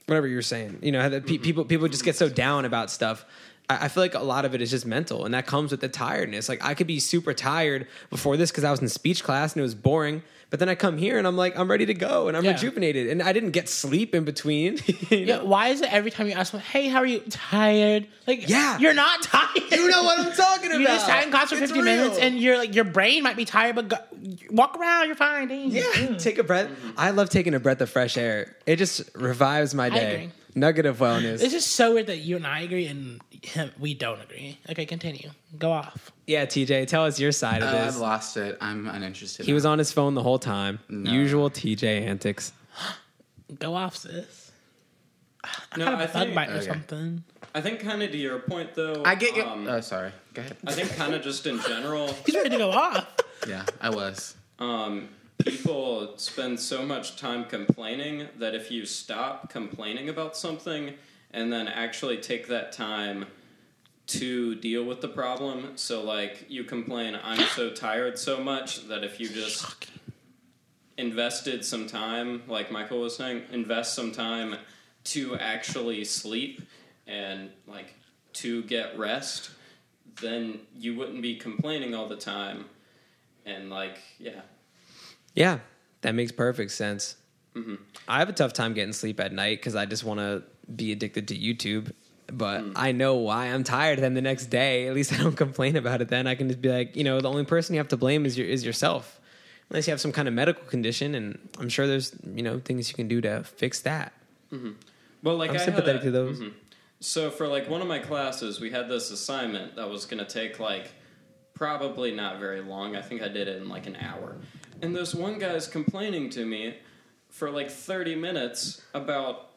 [SPEAKER 3] whatever you're saying. You know, how
[SPEAKER 4] Mm-hmm.
[SPEAKER 3] that pe- people people just get so down about stuff. I, I feel like a lot of it is just mental, and that comes with the tiredness. Like I could be super tired before this because I was in speech class and it was boring, but then I come here and I'm like I'm ready to go and I'm
[SPEAKER 4] Yeah.
[SPEAKER 3] rejuvenated, and I didn't get sleep in between. [laughs] you
[SPEAKER 4] Yeah.
[SPEAKER 3] know?
[SPEAKER 4] Why is it every time you ask someone, "Hey, how are you? Tired?" Like,
[SPEAKER 3] Yeah.
[SPEAKER 4] you're not tired.
[SPEAKER 3] You know what I'm talking
[SPEAKER 4] [laughs] You just
[SPEAKER 3] about.
[SPEAKER 4] sat in class for
[SPEAKER 3] It's
[SPEAKER 4] 50 minutes,
[SPEAKER 3] real.
[SPEAKER 4] and you're like, your brain might be tired, but go, walk around, you're fine. dang.
[SPEAKER 3] Yeah, take a breath.
[SPEAKER 4] Mm-hmm.
[SPEAKER 3] I love taking a breath of fresh air. It just revives my day.
[SPEAKER 4] agree.
[SPEAKER 3] Nugget of wellness.
[SPEAKER 4] This is so weird that you and I agree and him, we don't agree. Okay, continue. Go off.
[SPEAKER 3] yeah, TJ, tell us your side
[SPEAKER 5] Oh,
[SPEAKER 3] of
[SPEAKER 5] I've
[SPEAKER 3] this.
[SPEAKER 5] lost it. I'm uninterested.
[SPEAKER 3] He
[SPEAKER 5] now.
[SPEAKER 3] was on his phone the whole time. Usual TJ antics.
[SPEAKER 4] Go off, sis.
[SPEAKER 2] No,
[SPEAKER 4] Kind of
[SPEAKER 2] I
[SPEAKER 4] a bug
[SPEAKER 2] think,
[SPEAKER 4] bite or
[SPEAKER 5] okay.
[SPEAKER 4] something.
[SPEAKER 2] I think kind of to your point though.
[SPEAKER 5] I get you.
[SPEAKER 2] um,
[SPEAKER 5] oh, sorry. Go ahead.
[SPEAKER 2] I think kind of just in general,
[SPEAKER 4] He's ready to go [laughs] off.
[SPEAKER 5] yeah, I was.
[SPEAKER 2] um, people spend so much time complaining that if you stop complaining about something and then actually take that time to deal with the problem, so like you complain, I'm so tired so much that if you just invested some time, like Michael was saying, invest some time to actually sleep and like to get rest, then you wouldn't be complaining all the time. And like, yeah,
[SPEAKER 3] Yeah, that makes perfect sense. I have a tough time getting sleep at night because I just want to be addicted to YouTube. But
[SPEAKER 4] Mm.
[SPEAKER 3] I know why I'm tired. Then the next day, at least [laughs] I don't complain about it. Then I can just be like, you know, the only person you have to blame is your is yourself, unless you have some kind of medical condition. And I'm sure there's you know things you can do to fix that. [laughs]
[SPEAKER 2] Well, like
[SPEAKER 3] I'm
[SPEAKER 2] I had
[SPEAKER 3] sympathetic
[SPEAKER 2] a-
[SPEAKER 3] to those.
[SPEAKER 2] mhm. So for like one of my classes, we had this assignment that was going to take like probably not very long. I think I did it in like an hour. And this one guy's complaining to me for like 30 minutes about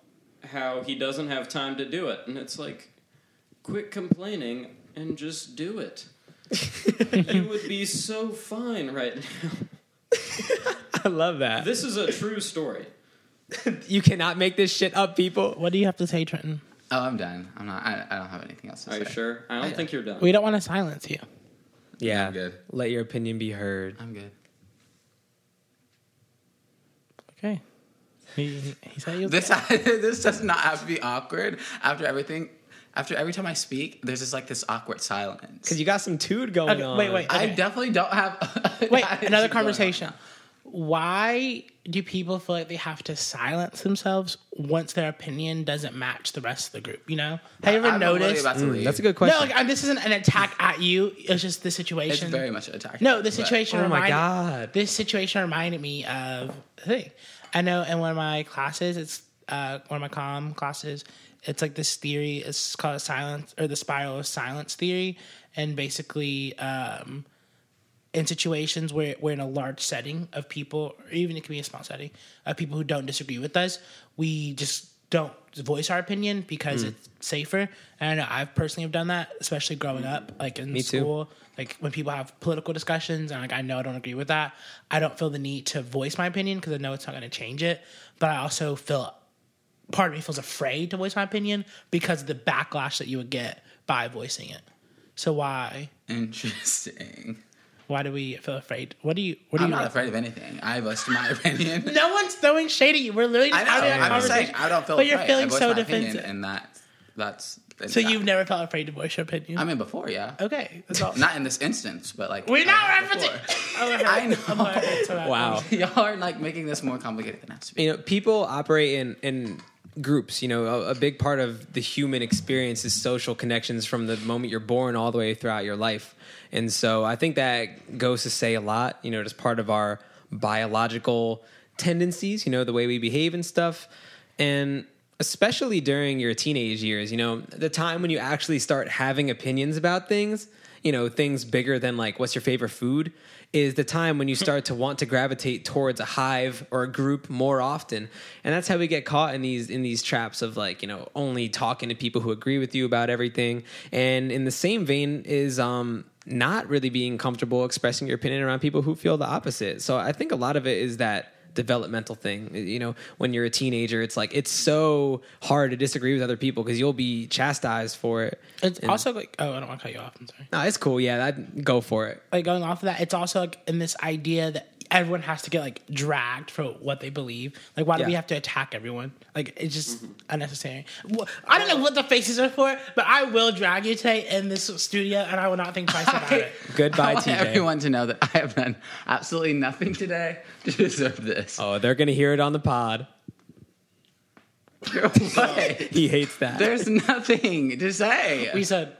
[SPEAKER 2] how he doesn't have time to do it. And it's like quit complaining and just do
[SPEAKER 3] [laughs]
[SPEAKER 2] it. you would be so fine right now.
[SPEAKER 3] I love that.
[SPEAKER 2] This is a true story.
[SPEAKER 3] you cannot make this shit up, people.
[SPEAKER 4] What do you have to say, Trenton?
[SPEAKER 5] Oh, I'm done. I'm not. I, I don't have anything else to
[SPEAKER 2] Are
[SPEAKER 5] say.
[SPEAKER 2] you sure? I don't
[SPEAKER 5] I-
[SPEAKER 2] think you're done.
[SPEAKER 4] We don't want to silence you.
[SPEAKER 3] Yeah,
[SPEAKER 5] I'm good.
[SPEAKER 3] let your opinion be heard.
[SPEAKER 5] I'm good.
[SPEAKER 4] Okay. He, he said you
[SPEAKER 5] This [laughs] this does not have to be awkward after everything. After every time I speak, there's just like this awkward silence.
[SPEAKER 3] Because you got some dude going
[SPEAKER 4] Okay,
[SPEAKER 3] on.
[SPEAKER 4] wait, wait.
[SPEAKER 5] I
[SPEAKER 4] Okay.
[SPEAKER 5] definitely don't have. [laughs]
[SPEAKER 4] Wait,
[SPEAKER 5] I-
[SPEAKER 4] another
[SPEAKER 5] going on.
[SPEAKER 4] conversation. Why do people feel like they have to silence themselves once their opinion doesn't match the rest of the group? You know, have you ever
[SPEAKER 5] I'm literally
[SPEAKER 4] noticed?
[SPEAKER 5] about to leave.
[SPEAKER 3] That's a good
[SPEAKER 4] No,
[SPEAKER 3] question.
[SPEAKER 4] like I, this isn't an attack at you. It's just the
[SPEAKER 5] It's
[SPEAKER 4] situation.
[SPEAKER 5] very much an attack.
[SPEAKER 4] No, this
[SPEAKER 5] but-
[SPEAKER 4] situation.
[SPEAKER 3] Oh my
[SPEAKER 4] reminded,
[SPEAKER 3] God.
[SPEAKER 4] This situation reminded me of a thing. I know in one of my classes, it's uh, one of my com classes. It's like this theory. It's called silence or the spiral of silence theory, and basically. Um, in situations where we're in a large setting of people, or even it can be a small setting of people who don't disagree with us, we just don't voice our opinion because
[SPEAKER 3] Hmm.
[SPEAKER 4] it's safer. And I know I've personally have done that, especially growing up, like in
[SPEAKER 3] Me too.
[SPEAKER 4] school. Like when people have political discussions, and like I know I don't agree with that. I don't feel the need to voice my opinion because I know it's not going to change it. But I also feel part of me feels afraid to voice my opinion because of the backlash that you would get by voicing it. So why
[SPEAKER 5] Interesting.
[SPEAKER 4] why do we feel afraid? What do you what do
[SPEAKER 5] I'm
[SPEAKER 4] you
[SPEAKER 5] not afraid of anything. I voiced my [laughs] opinion.
[SPEAKER 4] No one's throwing shade at you. We're literally just
[SPEAKER 5] I know.
[SPEAKER 4] having a
[SPEAKER 5] I'm just
[SPEAKER 4] conversation.
[SPEAKER 5] saying, I don't feel.
[SPEAKER 4] But you're
[SPEAKER 5] afraid. I
[SPEAKER 4] feeling
[SPEAKER 5] voiced
[SPEAKER 4] so
[SPEAKER 5] my opinion,
[SPEAKER 4] defensive.
[SPEAKER 5] and that that's.
[SPEAKER 4] So you've never felt afraid to voice your opinion?
[SPEAKER 5] I mean, before, yeah.
[SPEAKER 4] okay,
[SPEAKER 5] [laughs]
[SPEAKER 4] that's all.
[SPEAKER 5] Not in this instance, but like
[SPEAKER 4] We're not
[SPEAKER 5] I have before. [laughs]
[SPEAKER 4] referencing. [laughs] I'm
[SPEAKER 5] I know.
[SPEAKER 4] I'm gonna hurt to that. [laughs]
[SPEAKER 3] Wow.
[SPEAKER 5] Y'all are like making this more complicated than it has to be.
[SPEAKER 3] you know people operate in in groups you know a, a big part of the human experience is social connections from the moment you're born all the way throughout your life and so i think that goes to say a lot you know just part of our biological tendencies you know the way we behave and stuff and especially during your teenage years you know the time when you actually start having opinions about things you know things bigger than like what's your favorite food is the time when you start to want to gravitate towards a hive or a group more often and that's how we get caught in these in these traps of like you know only talking to people who agree with you about everything and in the same vein is um not really being comfortable expressing your opinion around people who feel the opposite so i think a lot of it is that developmental thing. You know, when you're a teenager, it's like it's so hard to disagree with other people because you'll be chastised for it.
[SPEAKER 4] It's also like oh, I don't want to cut you off. I'm sorry.
[SPEAKER 3] No, it's cool. Yeah, that go for it.
[SPEAKER 4] Like going off of that, it's also like in this idea that everyone has to get like dragged for what they believe. Like why do
[SPEAKER 3] Yeah.
[SPEAKER 4] we have to attack everyone? Like it's just
[SPEAKER 5] Mm-hmm.
[SPEAKER 4] unnecessary. Well, I don't know what the faces are for, but I will drag you today in this studio, and I will not think twice about it.
[SPEAKER 5] [laughs] I
[SPEAKER 3] Goodbye,
[SPEAKER 5] want
[SPEAKER 3] TJ.
[SPEAKER 5] [laughs] everyone to know that I have done absolutely nothing today to deserve [laughs] this.
[SPEAKER 3] Oh, they're gonna hear it on the pod.
[SPEAKER 5] What?
[SPEAKER 3] He hates that.
[SPEAKER 5] There's nothing to say.
[SPEAKER 4] We said.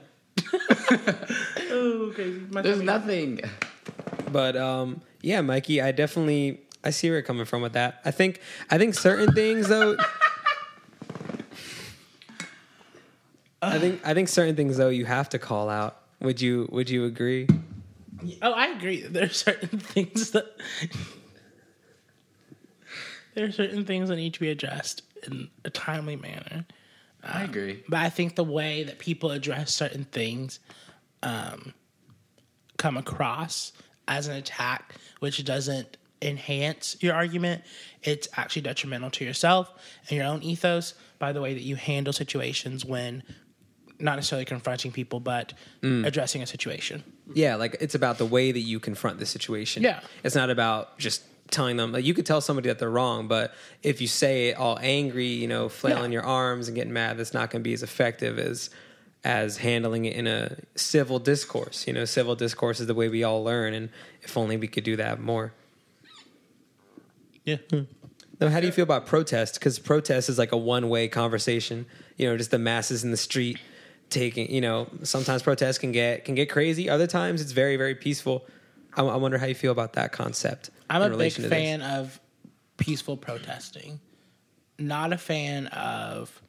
[SPEAKER 4] oh, crazy. My
[SPEAKER 5] There's
[SPEAKER 4] tummy.
[SPEAKER 5] nothing.
[SPEAKER 3] [laughs] but um, yeah, Mikey, I definitely I see where you're coming from with that. I think I think certain things
[SPEAKER 5] [laughs]
[SPEAKER 3] though. I think I think certain things though you have to call out. Would you Would you agree?
[SPEAKER 4] Oh, I agree. There are certain things that [laughs] there are certain things that need to be addressed in a timely manner.
[SPEAKER 5] I agree.
[SPEAKER 4] But I think the way that people address certain things um, come across as an attack, which doesn't enhance your argument. It's actually detrimental to yourself and your own ethos by the way that you handle situations when not necessarily confronting people, but addressing a situation.
[SPEAKER 3] Yeah, like it's about the way that you confront the situation.
[SPEAKER 4] Yeah.
[SPEAKER 3] It's not about just telling them like you could tell somebody that they're wrong, but if you say it all angry, you know, flailing
[SPEAKER 4] Yeah.
[SPEAKER 3] your arms and getting mad, that's not gonna be as effective as as handling it in a civil discourse. You know, civil discourse is the way we all learn and if only we could do that more.
[SPEAKER 4] Yeah.
[SPEAKER 3] Now, how do you feel about protest? Because protest is like a one-way conversation. You know, just the masses in the street taking. You know, sometimes protests can get can get crazy. Other times, it's very very peaceful. I, I wonder how you feel about that concept.
[SPEAKER 4] I'm
[SPEAKER 3] in
[SPEAKER 4] a big
[SPEAKER 3] relation to this.
[SPEAKER 4] fan of peaceful protesting. Not a fan of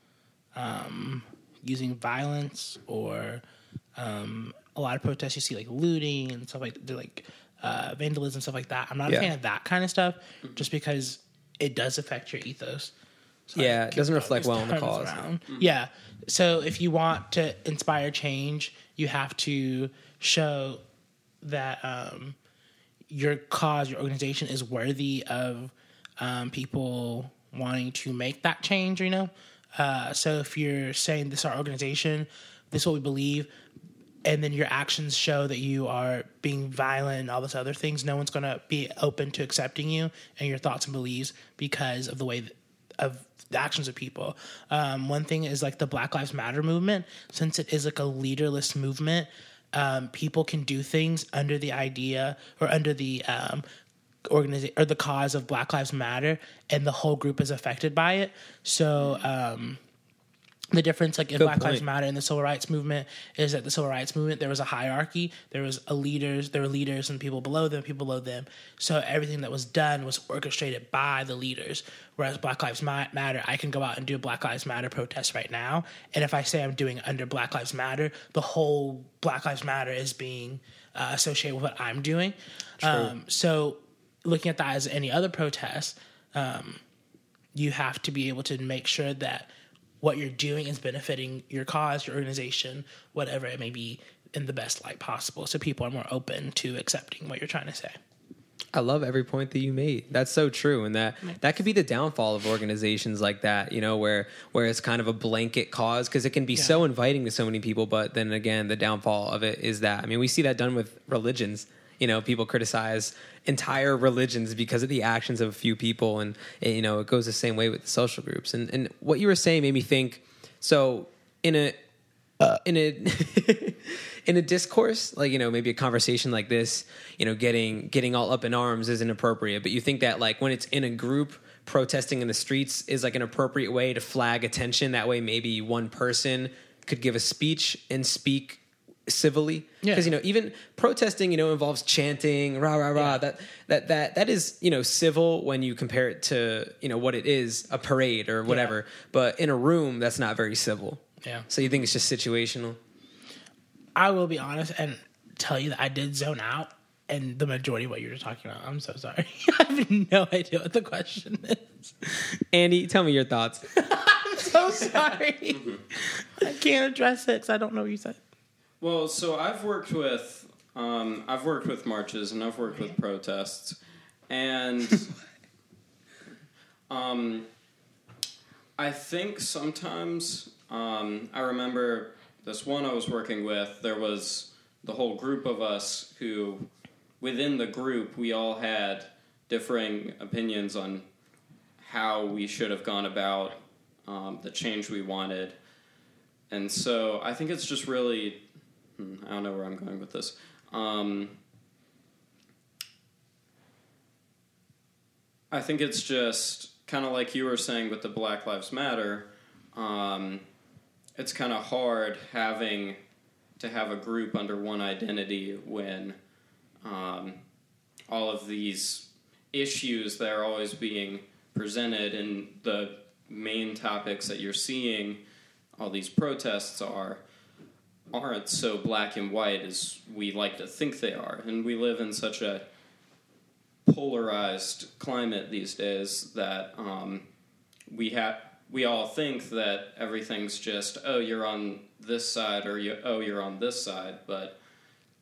[SPEAKER 4] um, using violence or um, a lot of protests you see like looting and stuff like they're like uh, vandalism stuff like that. I'm not
[SPEAKER 3] Yeah. Mm-hmm.
[SPEAKER 4] a fan of that kind of stuff just because it does affect your ethos. So I
[SPEAKER 3] Yeah, it
[SPEAKER 4] keep
[SPEAKER 3] doesn't
[SPEAKER 4] throwing
[SPEAKER 3] reflect
[SPEAKER 4] these
[SPEAKER 3] well on the
[SPEAKER 4] terms
[SPEAKER 3] cause.
[SPEAKER 4] around. Yeah. So if you want to inspire change, you have to show that um, your cause, your organization is worthy of um, people wanting to make that change, you know? Uh, so if you're saying this is our organization, this is what we believe, and then your actions show that you are being violent and all those other things, no one's going to be open to accepting you and your thoughts and beliefs because of the way that, of the actions of people. Um, one thing is like the Black Lives Matter movement, since it is like a leaderless movement, um, people can do things under the idea or under the um, organization or the cause of Black Lives Matter, and the whole group is affected by it. So um, the difference, like in Black Lives
[SPEAKER 3] point.
[SPEAKER 4] Matter and the Civil Rights Movement, is that the Civil Rights Movement there was a hierarchy, there was a leaders, there were leaders and people below them, people below them. So everything that was done was orchestrated by the leaders. Whereas Black Lives Ma- Matter, I can go out and do a Black Lives Matter protest right now, and if I say I'm doing under Black Lives Matter, the whole Black Lives Matter is being uh, associated with what I'm doing. Um, so looking at that as any other protest, you have to be able to make sure that what you're doing is benefiting your cause, your organization, whatever it may be, in the best light possible. So people are more open to accepting what you're trying to say.
[SPEAKER 3] I love every point that you made. That's so true, and that that could be the downfall of organizations like that. You know, where where it's kind of a blanket cause because it can be so inviting to so many people. But then again, the downfall of it is that I mean, we see that done with religions. You know, people criticize entire religions because of the actions of a few people, and eh, you know, it goes the same way with the social groups. And and what you were saying made me think. So in a Uh, in a [laughs] in a discourse like you know maybe a conversation like this you know getting getting all up in arms is inappropriate but you think that like when it's in a group protesting in the streets is like an appropriate way to flag attention that way maybe one person could give a speech and speak civilly
[SPEAKER 4] Yeah.
[SPEAKER 3] because you know even protesting you know involves chanting rah rah rah that that that that is you know civil when you compare it to you know what it is a parade or whatever but in a room that's not very civil
[SPEAKER 4] Yeah.
[SPEAKER 3] so you think it's just situational?
[SPEAKER 4] I will be honest and tell you that I did zone out and the majority of what you were talking about. I'm so sorry. [laughs] I have no idea what the question is.
[SPEAKER 3] Andy, tell me your thoughts.
[SPEAKER 4] So sorry. I can't address it because I don't know what you said.
[SPEAKER 2] Well, so I've worked with um, I've worked with marches and I've worked with protests, and um, I think sometimes um, I remember this one I was working with. There was the whole group of us who, within the group, we all had differing opinions on how we should have gone about um, the change we wanted. And so I think it's just really Hmm, I don't know where I'm going with this. Um, I think it's just kind of like you were saying with the Black Lives Matter. Um, it's kind of hard having to have a group under one identity when um, all of these issues that are always being presented and the main topics that you're seeing, all these protests are aren't so black and white as we like to think they are. And we live in such a polarized climate these days that um, we have we all think that everything's just oh you're on this side or you oh you're on this side, but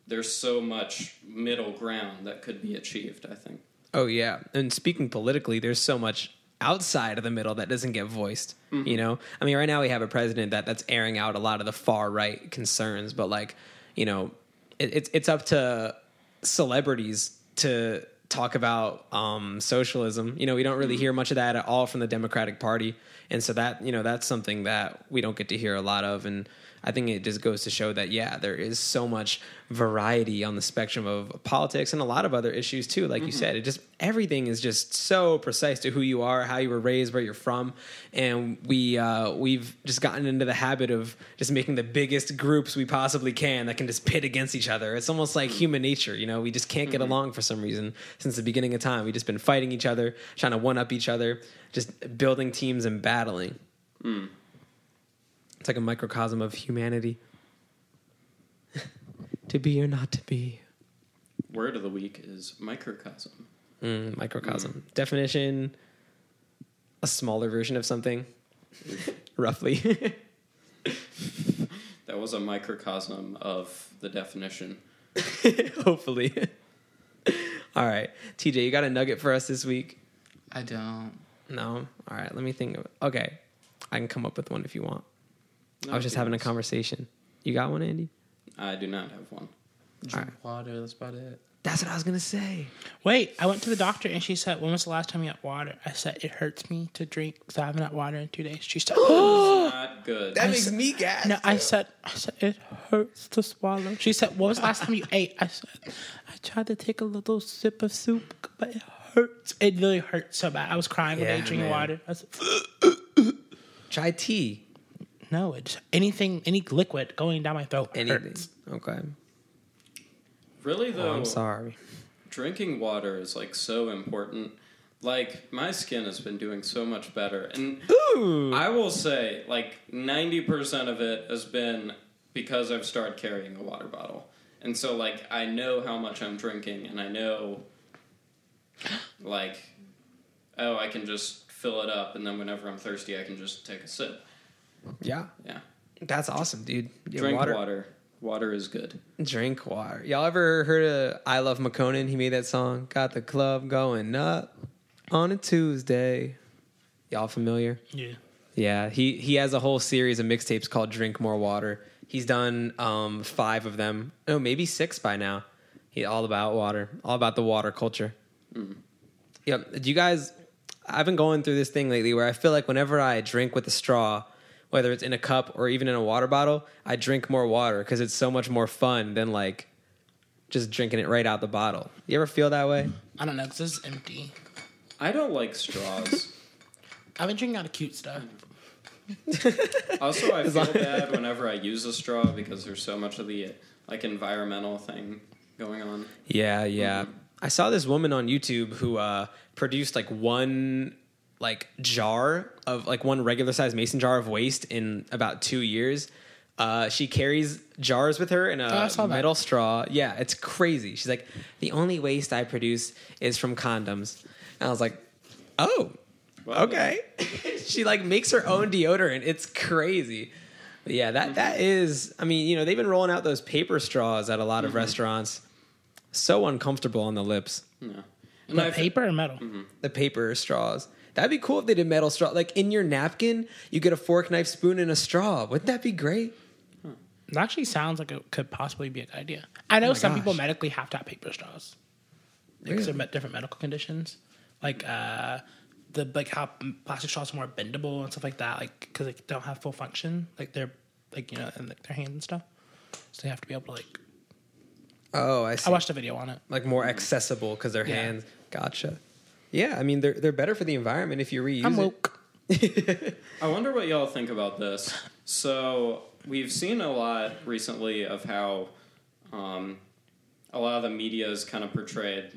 [SPEAKER 2] there's so much middle ground that could be achieved. I think.
[SPEAKER 3] [laughs] Oh yeah, and speaking politically, there's so much outside of the middle that doesn't get voiced. You know, I mean, right now we have a president that that's airing out a lot of the far right concerns, but like, you know, it, it's it's up to celebrities to talk about um, socialism. You know, we don't really hear much of that at all from the Democratic Party, and so that you know that's something that we don't get to hear a lot of. And I think it just goes to show that yeah, there is so much variety on the spectrum of politics and a lot of other issues too. Like you said, it just everything is just so precise to who you are, how you were raised, where you're from, and we uh, we've just gotten into the habit of just making the biggest groups we possibly can that can just pit against each other. It's almost like human nature, you know. We just can't get along for some reason since the beginning of time. We've just been fighting each other, trying to one up each other, just building teams and battling. It's like a microcosm of humanity. [laughs] to be or not to be.
[SPEAKER 2] Word of the week is microcosm.
[SPEAKER 3] Mm, microcosm. Definition a smaller version of something, [laughs] roughly. [laughs]
[SPEAKER 2] That was a microcosm of the definition.
[SPEAKER 3] Hopefully. [laughs] All right. TJ, you got a nugget for us this week?
[SPEAKER 5] I don't.
[SPEAKER 3] No? All right. Let me think of Okay. I can come up with one if you want. I was just
[SPEAKER 2] That would
[SPEAKER 3] having
[SPEAKER 2] be
[SPEAKER 3] a conversation. You got one, Andy?
[SPEAKER 2] nice. I do not have
[SPEAKER 3] [gasps]
[SPEAKER 2] one.
[SPEAKER 5] Drink water. That's about it.
[SPEAKER 3] That's what I was going to say.
[SPEAKER 4] Wait, I went to the doctor and she said, When was the last time you had water? I said, It hurts me to drink because I haven't had water in two days. She said,
[SPEAKER 2] Not good.
[SPEAKER 3] makes me gas.
[SPEAKER 4] No, I said, I said it hurts to swallow. She said, "What was the last time you ate?" I said, "I tried to take a little sip of soup, but it hurts. It really hurts so bad. I was crying when I
[SPEAKER 3] Yeah,
[SPEAKER 4] drinking
[SPEAKER 3] man.
[SPEAKER 4] water. I said,
[SPEAKER 3] Try tea.
[SPEAKER 4] no, it's anything, any liquid going down my throat
[SPEAKER 3] Anything.
[SPEAKER 4] hurts.
[SPEAKER 3] Okay.
[SPEAKER 2] Really though,
[SPEAKER 3] Oh, I'm sorry.
[SPEAKER 2] drinking water is like so important. Like my skin has been doing so much better, and
[SPEAKER 3] Ooh.
[SPEAKER 2] I will say like ninety percent of it has been because I've started carrying a water bottle, and so like I know how much I'm drinking, and I know like oh I can just fill it up, and then whenever I'm thirsty, I can just take a sip.
[SPEAKER 3] Yeah,
[SPEAKER 2] Yeah.
[SPEAKER 3] that's awesome, dude. Yeah,
[SPEAKER 2] Drink water. water. is good.
[SPEAKER 3] Drink water. Y'all ever heard of I Love McConan? He made that song. Got the club going up on a Tuesday. Y'all familiar?
[SPEAKER 4] Yeah.
[SPEAKER 3] Yeah, he he has a whole series of mixtapes called Drink More Water. He's done um, five of them. No, maybe six by now. He all about water, all about the water culture. Yep. Do you guys? I've been going through this thing lately where I feel like whenever I drink with a straw, whether it's in a cup or even in a water bottle, I drink more water because it's so much more fun than like just drinking it right out the bottle. You ever feel that way?
[SPEAKER 4] I don't know because it's empty.
[SPEAKER 2] I don't like straws.
[SPEAKER 4] I've been drinking out of cute stuff.
[SPEAKER 3] [laughs]
[SPEAKER 2] also, I
[SPEAKER 3] As
[SPEAKER 2] feel
[SPEAKER 3] long-
[SPEAKER 2] bad whenever I use a straw because there's so much of the like environmental thing going on.
[SPEAKER 3] Yeah, yeah. I saw this woman on YouTube who uh, produced like one like jar of like one regular size mason jar of waste in about two years. Uh, she carries jars with her in
[SPEAKER 4] Oh, I
[SPEAKER 3] a
[SPEAKER 4] saw that.
[SPEAKER 3] metal straw. Yeah, it's crazy. She's like, the only waste I produce is from condoms. And I was like, oh,
[SPEAKER 2] Wow.
[SPEAKER 3] okay. [laughs] she like makes her own deodorant. It's crazy. But yeah, that
[SPEAKER 4] Mm-hmm.
[SPEAKER 3] that is. I mean, you know, they've been rolling out those paper straws at a
[SPEAKER 4] Mm-hmm.
[SPEAKER 3] lot of restaurants. So uncomfortable on the lips.
[SPEAKER 2] Yeah. And
[SPEAKER 4] But
[SPEAKER 2] I've-
[SPEAKER 4] paper or metal?
[SPEAKER 3] The paper straws. That'd be cool if they did metal straw. Like in your napkin, you get a fork, knife, spoon, and a straw. Wouldn't that be great?
[SPEAKER 4] It actually sounds like it could possibly be a good idea. I know
[SPEAKER 3] Oh my
[SPEAKER 4] some people
[SPEAKER 3] gosh.
[SPEAKER 4] medically have to have paper straws
[SPEAKER 3] Really?
[SPEAKER 4] because they're met different medical conditions, like uh, the like how plastic straws are more bendable and stuff like that, like because they don't have full function, like they're like you know and like their hands and stuff, so they have to be able to like.
[SPEAKER 3] Oh, I
[SPEAKER 4] I
[SPEAKER 3] see.
[SPEAKER 4] watched a video on it.
[SPEAKER 3] like more accessible because their
[SPEAKER 4] Yeah.
[SPEAKER 3] hands. Gotcha. Yeah, I mean they're they're better for the environment if you reuse
[SPEAKER 4] I'm
[SPEAKER 3] it.
[SPEAKER 4] woke.
[SPEAKER 2] I wonder what y'all think about this. So we've seen a lot recently of how um, a lot of the media has kind of portrayed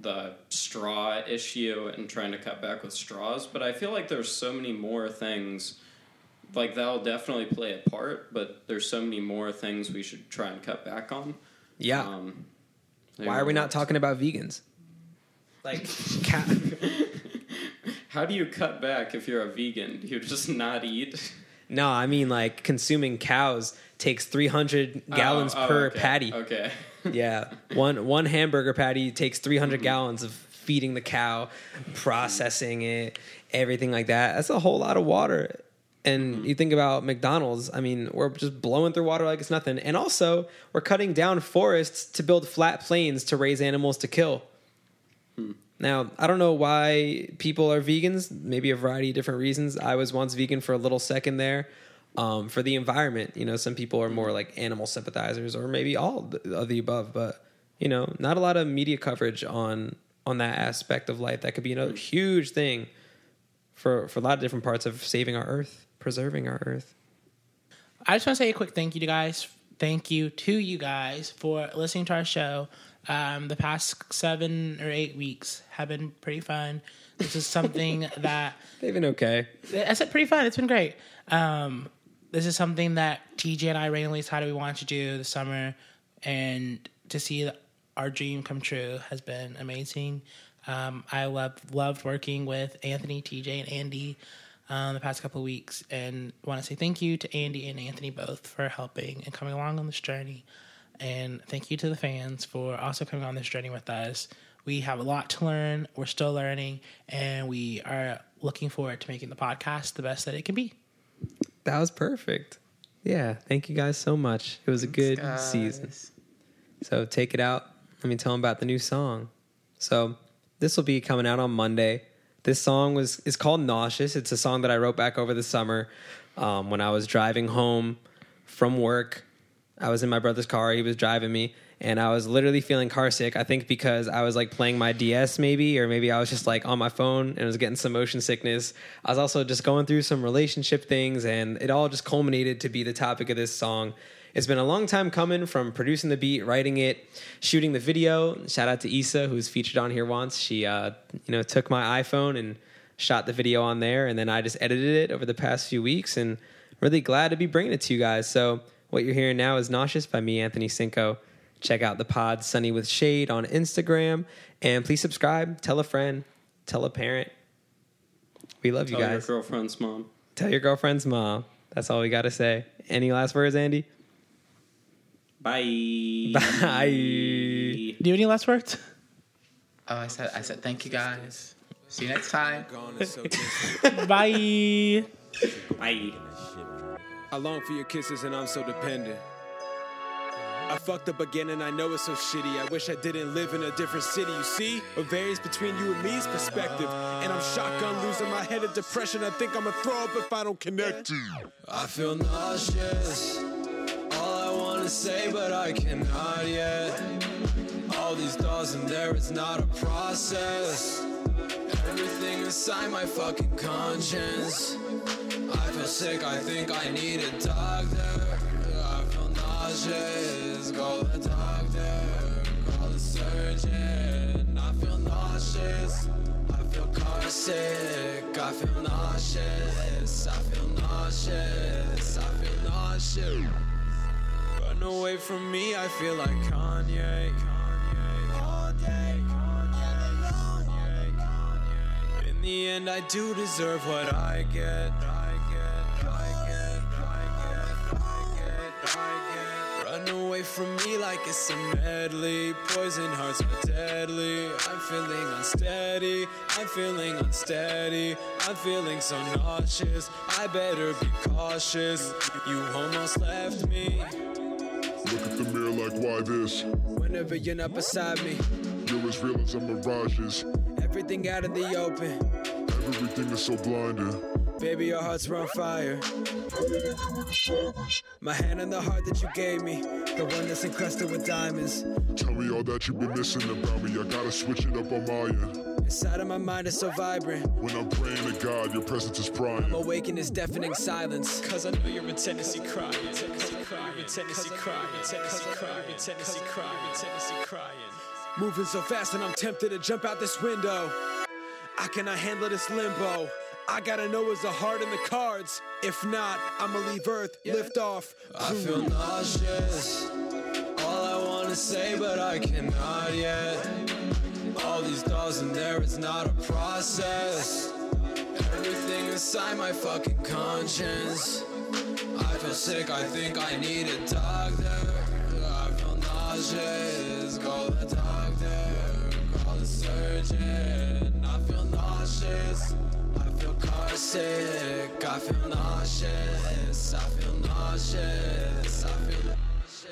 [SPEAKER 2] the straw issue and trying to cut back with straws, but I feel like there's so many more things. Like that'll definitely play a part, but there's so many more things we should try and cut back on.
[SPEAKER 3] Yeah.
[SPEAKER 2] Um,
[SPEAKER 3] Why are we not talking about vegans?
[SPEAKER 4] [laughs]
[SPEAKER 3] Like, cat.
[SPEAKER 2] How do you cut back if you're a vegan? Do you just not eat?
[SPEAKER 3] No, I mean like consuming cows takes 300 [laughs] gallons
[SPEAKER 2] Oh, oh,
[SPEAKER 3] per
[SPEAKER 2] okay,
[SPEAKER 3] patty.
[SPEAKER 2] Okay. [laughs]
[SPEAKER 3] Yeah. One one hamburger patty takes
[SPEAKER 2] Mm-hmm.
[SPEAKER 3] 300 gallons of feeding the cow, processing it, everything like that. That's a whole lot of water.
[SPEAKER 2] Mm-hmm.
[SPEAKER 3] And you think about McDonald's, I mean, we're just blowing through water like it's nothing. And also, we're cutting down forests to build flat plains to raise animals to kill. Now, I don't know why people are vegans, maybe a variety of different reasons. I was once vegan for a little second there um, for the environment. You know, some people are more like animal sympathizers or maybe all th- of the above, but you know, not a lot of media coverage on on that aspect of life. That could be another huge thing for for a lot of different parts of saving our earth, preserving our earth.
[SPEAKER 4] I just want to say a quick thank you to guys. Thank you to you guys for listening to our show. Um, the past seven or eight weeks have been pretty fun.
[SPEAKER 3] [laughs]
[SPEAKER 4] This is something that
[SPEAKER 3] They've been okay.
[SPEAKER 4] I said pretty fun. It's been great. Um, this is something that TJ and I randomly decided we wanted to do this summer, and to see our dream come true has been amazing. Um, I love loved working with Anthony, TJ, and Andy um, the past couple of weeks, and want to say thank you to Andy and Anthony both for helping and coming along on this journey. And thank you to the fans for also coming on this journey with us. We have a lot to learn. We're still learning, and we are looking forward to making the podcast the best that it can be.
[SPEAKER 3] That was perfect. Yeah, thank you guys so much. It was a good
[SPEAKER 5] Guys.
[SPEAKER 3] season. So take it out. Let me tell them about the new song. So this will be coming out on Monday. This song was is called Nauseous. It's a song that I wrote back over the summer um, when I was driving home from work. I was in my brother's car. He was driving me, and I was literally feeling car sick. I think because I was like playing my DS, maybe, or maybe I was just like on my phone and was getting some motion sickness. I was also just going through some relationship things, and it all just culminated to be the topic of this song. It's been a long time coming from producing the beat, writing it, shooting the video. Shout out to Issa, who's featured on here once. She, uh, you know, took my iPhone and shot the video on there, and then I just edited it over the past few weeks, and really glad to be bringing it to you guys. So what you're hearing now is "Nauseous" by me, Anthony Cinco. Check out the pod Sunny with Shade on Instagram, and please subscribe. Tell a friend, tell a parent, We love you
[SPEAKER 2] Tell your
[SPEAKER 3] guys.
[SPEAKER 2] girlfriend's mom.
[SPEAKER 3] Tell your girlfriend's mom. That's all we got to say. Any last words, Andy? [laughs]
[SPEAKER 2] Bye.
[SPEAKER 3] Bye.
[SPEAKER 4] Do you have any last words?
[SPEAKER 5] Oh, I said, I said, thank you guys. See you next time.
[SPEAKER 6] Gone is so distant.
[SPEAKER 4] Bye.
[SPEAKER 2] Bye.
[SPEAKER 6] I long for your kisses and I'm so dependent. I fucked up again and I know it's so shitty. I wish I didn't live in a different city. You see, it varies between you and me's perspective. And I'm shotgun losing my head of depression. I think I'ma throw up if I don't connect to you. I feel nauseous. All I wanna say, but I cannot yet. All these thoughts in there, it's not a process. Everything inside my fucking conscience. I feel sick, I think I need a doctor. I feel nauseous, call the doctor, call the surgeon. I feel nauseous, I feel car sick, I feel nauseous, I feel nauseous, I feel nauseous. Run away from me, I feel like Kanye. Kanye. All day, Kanye. Kanye. Kanye. In the end, I do deserve what I get. I get, I get, I get, I get, I get. Run away from me like it's a medley. Poison hearts are deadly. I'm feeling unsteady. I'm feeling unsteady. I'm feeling so nauseous. I better be cautious. You almost left me.
[SPEAKER 7] Look at the mirror like, why this?
[SPEAKER 6] Whenever you're not beside me,
[SPEAKER 7] You're as real as a mirages.
[SPEAKER 6] everything out in the open.
[SPEAKER 7] Everything is so blinding.
[SPEAKER 6] Baby, your heart's on fire. My hand on the heart that you gave me, the one that's encrusted with diamonds.
[SPEAKER 7] Tell me all that you've been missing about me. I gotta switch it up on my end.
[SPEAKER 6] Inside of my mind is so vibrant.
[SPEAKER 7] When I'm praying to God, your presence is prying.
[SPEAKER 6] Awake in this deafening silence. Cause I know you're in Tennessee crying. Tennessee crying. Tennessee crying. Tennessee crying. Tennessee crying. Tennessee crying. Moving so fast and I'm tempted to jump out this window. I cannot handle this limbo. I gotta know is the heart in the cards. If not, I'ma leave Earth, lift off. I feel nauseous. All I wanna say, but I cannot yet. All these thoughts in there, it's not a process. Everything inside my fucking conscience. I feel sick, I think I need a doctor. I feel nauseous, call the doctor, call the surgeon. I feel nauseous, I feel car sick. I feel nauseous, I feel nauseous, I feel nauseous.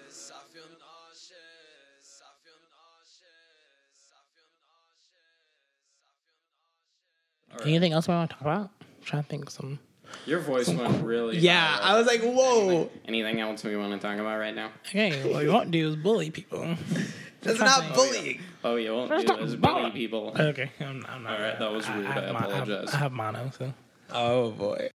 [SPEAKER 6] I feel nauseous, I feel nauseous, I feel nauseous.
[SPEAKER 4] Anything else I want to talk about? I'm trying to think of some.
[SPEAKER 2] Your voice went really.
[SPEAKER 3] Yeah,
[SPEAKER 2] high.
[SPEAKER 3] I was like, whoa.
[SPEAKER 2] Anything else we want to talk about right now?
[SPEAKER 4] Okay, what we won't do is bully people.
[SPEAKER 3] That's not bullying.
[SPEAKER 2] Oh, you won't do those bully people.
[SPEAKER 3] [laughs]
[SPEAKER 4] [laughs] Okay, I'm, I'm not.
[SPEAKER 2] All right, that was
[SPEAKER 4] I-
[SPEAKER 2] rude.
[SPEAKER 4] I, have
[SPEAKER 2] I
[SPEAKER 4] mon- I have-
[SPEAKER 2] apologize.
[SPEAKER 4] I have mono, so
[SPEAKER 3] Oh boy.